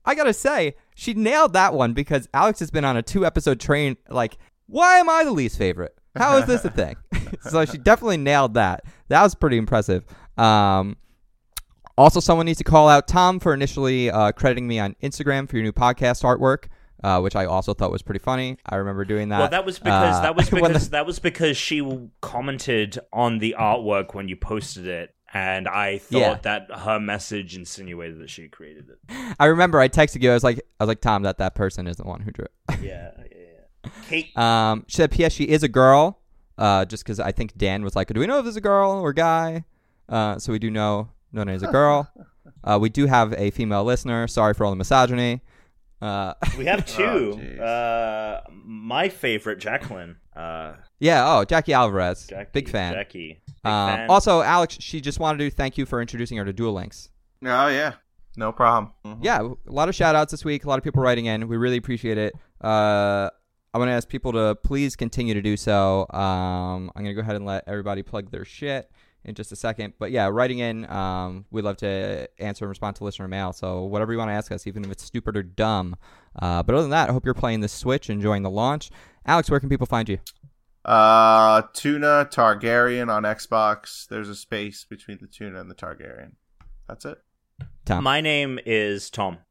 Speaker 1: I gotta say, she nailed that one because Alex has been on a two episode train. Like, why am I the least favorite? How is this a thing? (laughs) so she definitely nailed that. That was pretty impressive. Um, also, someone needs to call out Tom for initially uh, crediting me on Instagram for your new podcast artwork, uh, which I also thought was pretty funny. I remember doing that.
Speaker 3: Well, that was because
Speaker 1: uh, (laughs)
Speaker 3: that was
Speaker 1: when the-
Speaker 3: because that was because she w- commented on the artwork when you posted it, and I thought
Speaker 1: Yeah.
Speaker 3: that her message insinuated that she created it.
Speaker 1: I remember I texted you. I was like, I was like, Tom, that that person is the one who drew it.
Speaker 3: Yeah, yeah. Kate,
Speaker 1: Um, she said, "P.S. She is a girl." Uh, just because I think Dan was like, "Do we know if this is a girl or guy?" Uh, so we do know Nona is a girl. Uh, we do have a female listener. Sorry for all the misogyny. Uh, (laughs)
Speaker 3: we have
Speaker 2: Oh,
Speaker 3: two.
Speaker 2: jeez.
Speaker 3: uh, my favorite, Jacqueline. Uh,
Speaker 1: yeah. Oh, Jackie Alvarez,
Speaker 3: Jackie,
Speaker 1: big fan.
Speaker 3: Jackie. Big
Speaker 1: Um,
Speaker 3: fan.
Speaker 1: also, Alex, she just wanted to thank you for introducing her to Duel Links.
Speaker 2: Oh yeah, no problem.
Speaker 3: Mm-hmm.
Speaker 2: Mhm.
Speaker 1: Yeah, a lot of shout outs this week, a lot of people writing in. We really appreciate it. Uh, I want to ask people to please continue to do so. Um, I'm going to go ahead and let everybody plug their shit in just a second. But yeah, writing in, um, we love to answer and respond to listener mail. So whatever you want to ask us, even if it's stupid or dumb. Uh, but other than that, I hope you're playing the Switch, enjoying the launch. Alex, where can people find you?
Speaker 2: Uh, tuna Targaryen on Xbox. There's a space between the tuna and the Targaryen. That's it.
Speaker 1: Tom.
Speaker 3: My name is Tom.
Speaker 1: (laughs)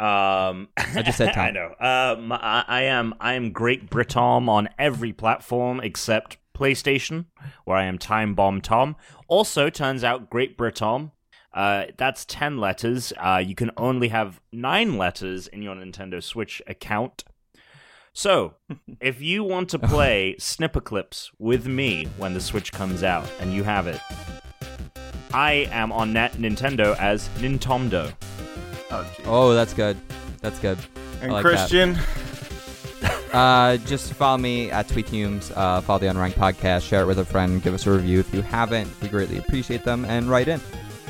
Speaker 3: Um, I
Speaker 1: just
Speaker 3: (laughs)
Speaker 1: said Tom.
Speaker 3: I know. Um, I, I am. I am Great Britom on every platform except PlayStation, where I am Time Bomb Tom. Also, turns out Great Britom. Uh, that's ten letters. Uh, you can only have nine letters in your Nintendo Switch account.
Speaker 1: (laughs)
Speaker 3: So, if you want to play Snipper Clips with me when the Switch comes out, and you have it, I am on Net Nintendo as Nintomdo.
Speaker 2: Oh, geez.
Speaker 1: oh, that's good. That's good.
Speaker 2: And
Speaker 1: like that.
Speaker 2: Christian,
Speaker 1: Uh, just follow me at TweetHumes, uh, follow the Unranked Podcast, share it with a friend, give us a review if you haven't. We greatly appreciate them, and write in.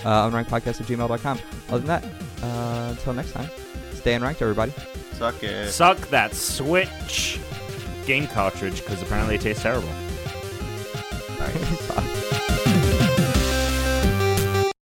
Speaker 1: Uh, unrankedpodcast at gmail.com. Other than that, uh, until next time, stay unranked, everybody.
Speaker 2: suck it.
Speaker 3: Suck that Switch game cartridge because apparently it tastes terrible.
Speaker 1: (laughs) Bye.